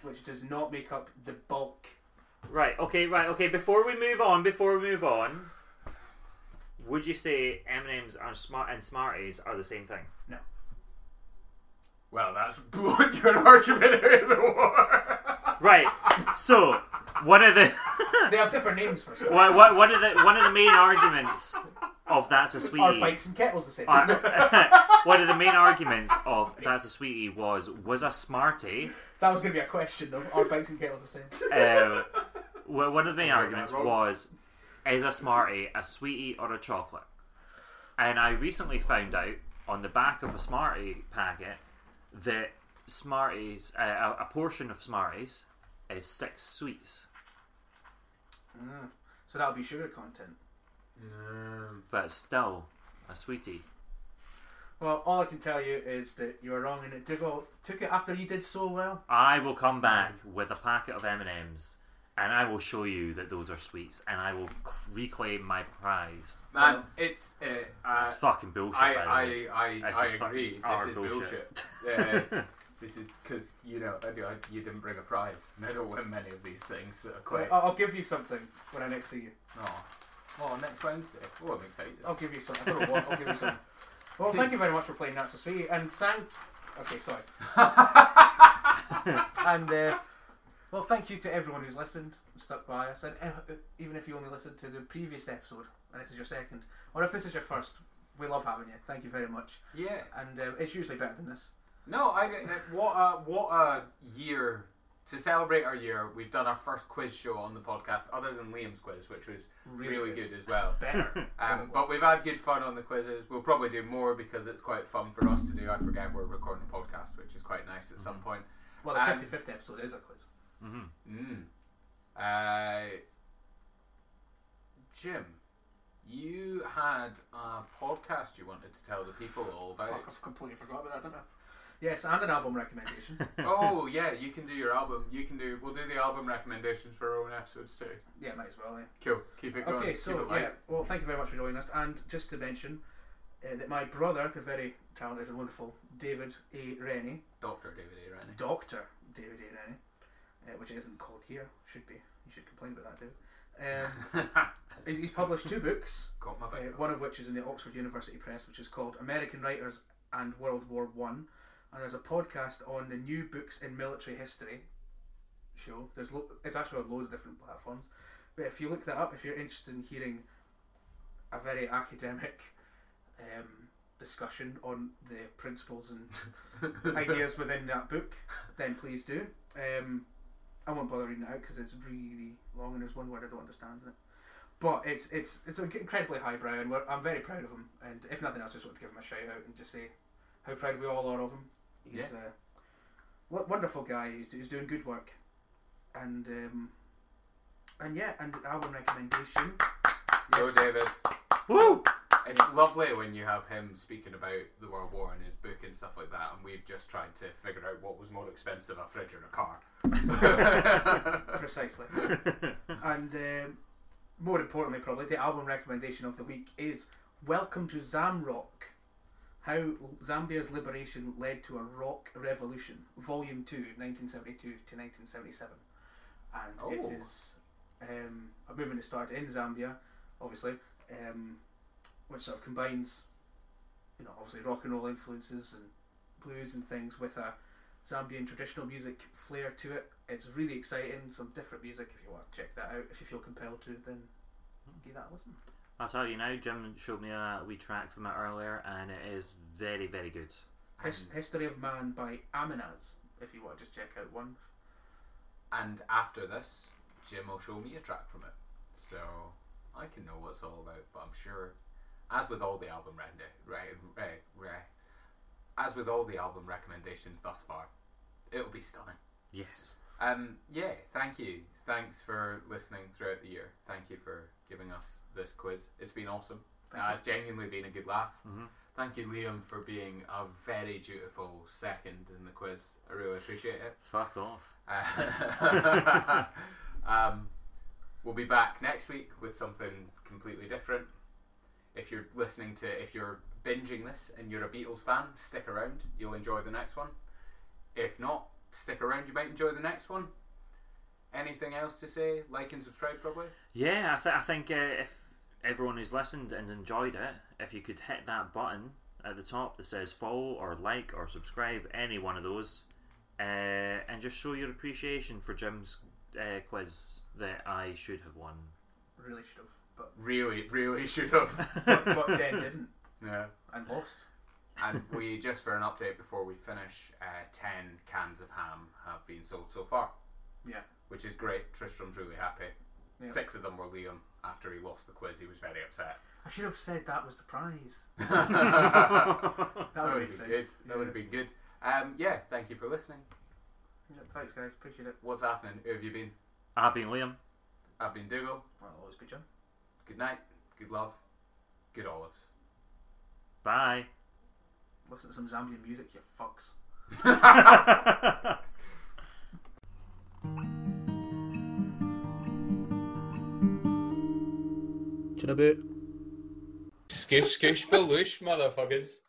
[SPEAKER 3] which does not make up the bulk.
[SPEAKER 4] Right. Okay. Right. Okay. Before we move on, before we move on, would you say M and M's and smart and Smarties are the same thing?
[SPEAKER 2] Well, that's blown your argument out of the water.
[SPEAKER 4] Right. So one of the
[SPEAKER 3] They have different names for stuff.
[SPEAKER 4] one, one- one of the one of the main arguments of that's a
[SPEAKER 3] Are
[SPEAKER 4] sweetie.
[SPEAKER 3] bikes and kettles the same?
[SPEAKER 4] are- one of the main arguments of that's a sweetie was was a Smartie.
[SPEAKER 3] That was going to be a question, though. Are bikes and kettles the same?
[SPEAKER 4] Um, well, one of the main arguments
[SPEAKER 2] wrong.
[SPEAKER 4] was is a Smartie a sweetie or a chocolate? And I recently found out on the back of a Smartie packet that Smarties, uh, a, a portion of Smarties, is six sweets,
[SPEAKER 3] So that would be sugar content.
[SPEAKER 4] but it's still a sweetie.
[SPEAKER 3] Well, all I can tell you is that you were wrong, and it took, all, took it after you did so well.
[SPEAKER 4] I will
[SPEAKER 2] Hmm.
[SPEAKER 4] come back with a packet of M and M's, and I will show you that those are sweets, and I will c- reclaim my prize.
[SPEAKER 2] Man, it's uh, uh,
[SPEAKER 4] It's fucking Um, bullshit.
[SPEAKER 2] I
[SPEAKER 4] by the way.
[SPEAKER 2] I I,
[SPEAKER 4] This
[SPEAKER 2] I
[SPEAKER 4] is fucking
[SPEAKER 2] agree. This
[SPEAKER 4] our
[SPEAKER 2] is bullshit.
[SPEAKER 4] bullshit.
[SPEAKER 2] Yeah, this is because you know I do- I- you didn't bring a prize. And I don't win many of these things. So quite.
[SPEAKER 4] Oh.
[SPEAKER 3] I- I'll give you something when I next see you.
[SPEAKER 2] Oh. oh, next Wednesday. Oh, I'm excited.
[SPEAKER 3] I'll give you something. I don't know what. I'll give you something. Well, thank you very much for playing That's a Sweetie, and thank. Okay, sorry. and uh, well, thank you to everyone who's listened, stuck by us, and uh, even if you only listened to the previous episode and this is your second, or if this is your first, we love having you. Thank you very much,
[SPEAKER 2] Yeah.
[SPEAKER 3] and uh, it's usually better than this.
[SPEAKER 2] No, I what a what a year to celebrate our year. We've done our first quiz show on the podcast, other than Liam's quiz, which was really,
[SPEAKER 3] Really
[SPEAKER 2] good.
[SPEAKER 3] good.
[SPEAKER 2] as well.
[SPEAKER 3] Better.
[SPEAKER 2] Um, but we've had good fun on the quizzes. We'll probably do more because it's quite fun for us to do. I forget we're recording a podcast, which is quite nice at some
[SPEAKER 3] Mm-hmm.
[SPEAKER 2] point.
[SPEAKER 3] Well, the
[SPEAKER 2] um,
[SPEAKER 3] fifty-fifth episode is a quiz.
[SPEAKER 2] Mm. Uh, Jim, you had a podcast you wanted to tell the people all about.
[SPEAKER 3] Fuck, I've completely forgot about that, didn't I? Yes, and an album recommendation.
[SPEAKER 2] oh yeah, you can do your album. You can do. We'll do the album recommendations for our own episodes too.
[SPEAKER 3] yeah, might as well. Yeah.
[SPEAKER 2] Cool. Keep it going.
[SPEAKER 3] Okay,
[SPEAKER 2] Keep
[SPEAKER 3] so
[SPEAKER 2] it light.
[SPEAKER 3] yeah, well, thank you very much for joining us. And just to mention uh, that my brother, the very talented and wonderful David A. Rennie,
[SPEAKER 2] Doctor David A. Rennie.
[SPEAKER 3] Doctor David A. Rennie, uh, which isn't called here, should be. You should complain about that, David. Um, he's, he's published two books,
[SPEAKER 2] Got my
[SPEAKER 3] uh,
[SPEAKER 2] back.
[SPEAKER 3] one of which is in the Oxford University Press, which is called American Writers and World War One. And there's a podcast on the new books in military history show. There's lo- it's actually on loads of different platforms. But if you look that up, if you're interested in hearing a very academic um, discussion on the principles and ideas within that book, then please do. Um, I won't bother reading it out because it's really long and there's one word I don't understand in it. But it's it's it's incredibly highbrow and we're, I'm very proud of him. And if nothing else, I just want to give him a shout out and just say how proud we all are of him. He's
[SPEAKER 2] Yeah.
[SPEAKER 3] a wo- wonderful guy. He's, he's doing good work. And um, and yeah, and our recommendation.
[SPEAKER 2] Yo, David.
[SPEAKER 4] Woo!
[SPEAKER 2] It's lovely when you have him speaking about the World War and his book and stuff like that, and we've just tried to figure out what was more expensive, a fridge or a car.
[SPEAKER 3] Precisely. and um, more importantly, probably, the album recommendation of the week is Welcome to Zamrock How Zambia's Liberation Led to a Rock Revolution, Volume 2, 1972 to 1977. And
[SPEAKER 2] Oh.
[SPEAKER 3] it is um, a movement that started in Zambia, obviously, um, which sort of combines, you know, obviously rock and roll influences and blues and things with a Zambian traditional music flair to it. It's really exciting, some different music. If you want to check that out, if you feel compelled to, then give that a listen.
[SPEAKER 4] I'll tell you now. Jim showed me uh, a wee track from it earlier, and it is very, very good.
[SPEAKER 2] Mm.
[SPEAKER 3] His- History of Man by Aminaz, if you want to just check out one.
[SPEAKER 2] And after this, Jim will show me a track from it. So I can know what it's all about, but I'm sure, as with all the album rende, right, right, right, as with all the album recommendations thus far, it'll be stunning.
[SPEAKER 4] Yes.
[SPEAKER 2] Um, yeah, thank you. Thanks for listening throughout the year. Thank you for giving us this quiz. It's been awesome. Uh, it's genuinely been a good laugh.
[SPEAKER 4] Mhm.
[SPEAKER 2] Thank you, Liam, for being a very dutiful second in the quiz. I really appreciate it.
[SPEAKER 4] Fuck off.
[SPEAKER 2] Uh, um, we'll be back next week with something completely different. If you're listening to, if you're binging this and you're a Beatles fan, stick around. You'll enjoy the next one. If not, stick around. You might enjoy the next one. Anything else to say? Like and subscribe, probably.
[SPEAKER 4] Yeah, I, th- I think uh, if everyone who's listened and enjoyed it, if you could hit that button at the top that says follow or like or subscribe, any one of those, uh, and just show your appreciation for Jim's uh, quiz that I should have won.
[SPEAKER 3] Really should have, but
[SPEAKER 2] Really, really should have.
[SPEAKER 3] but, but then didn't
[SPEAKER 2] yeah.
[SPEAKER 3] and lost.
[SPEAKER 2] And we just for an update before we finish, uh, ten cans of ham have been sold so far.
[SPEAKER 3] Yeah.
[SPEAKER 2] which is great. Tristram's really happy.
[SPEAKER 3] Yeah.
[SPEAKER 2] Six of them were Liam. After he lost the quiz, he was very upset.
[SPEAKER 3] I should have said that was the prize.
[SPEAKER 2] that
[SPEAKER 3] That would
[SPEAKER 2] would
[SPEAKER 3] make
[SPEAKER 2] be
[SPEAKER 3] sense.
[SPEAKER 2] good. That would
[SPEAKER 3] Yeah.
[SPEAKER 2] have been good. Um, yeah, thank you for listening.
[SPEAKER 3] Yeah, Thanks, guys. Appreciate it.
[SPEAKER 2] What's happening? Who have you been?
[SPEAKER 4] I've been Liam.
[SPEAKER 2] I've been Dougal.
[SPEAKER 3] I'll always be Jim.
[SPEAKER 2] Good night. Good love. Good olives.
[SPEAKER 4] Bye.
[SPEAKER 3] Listen to some Zambian music, you fucks.
[SPEAKER 5] Scoosh, scoosh, baloosh, motherfuckers.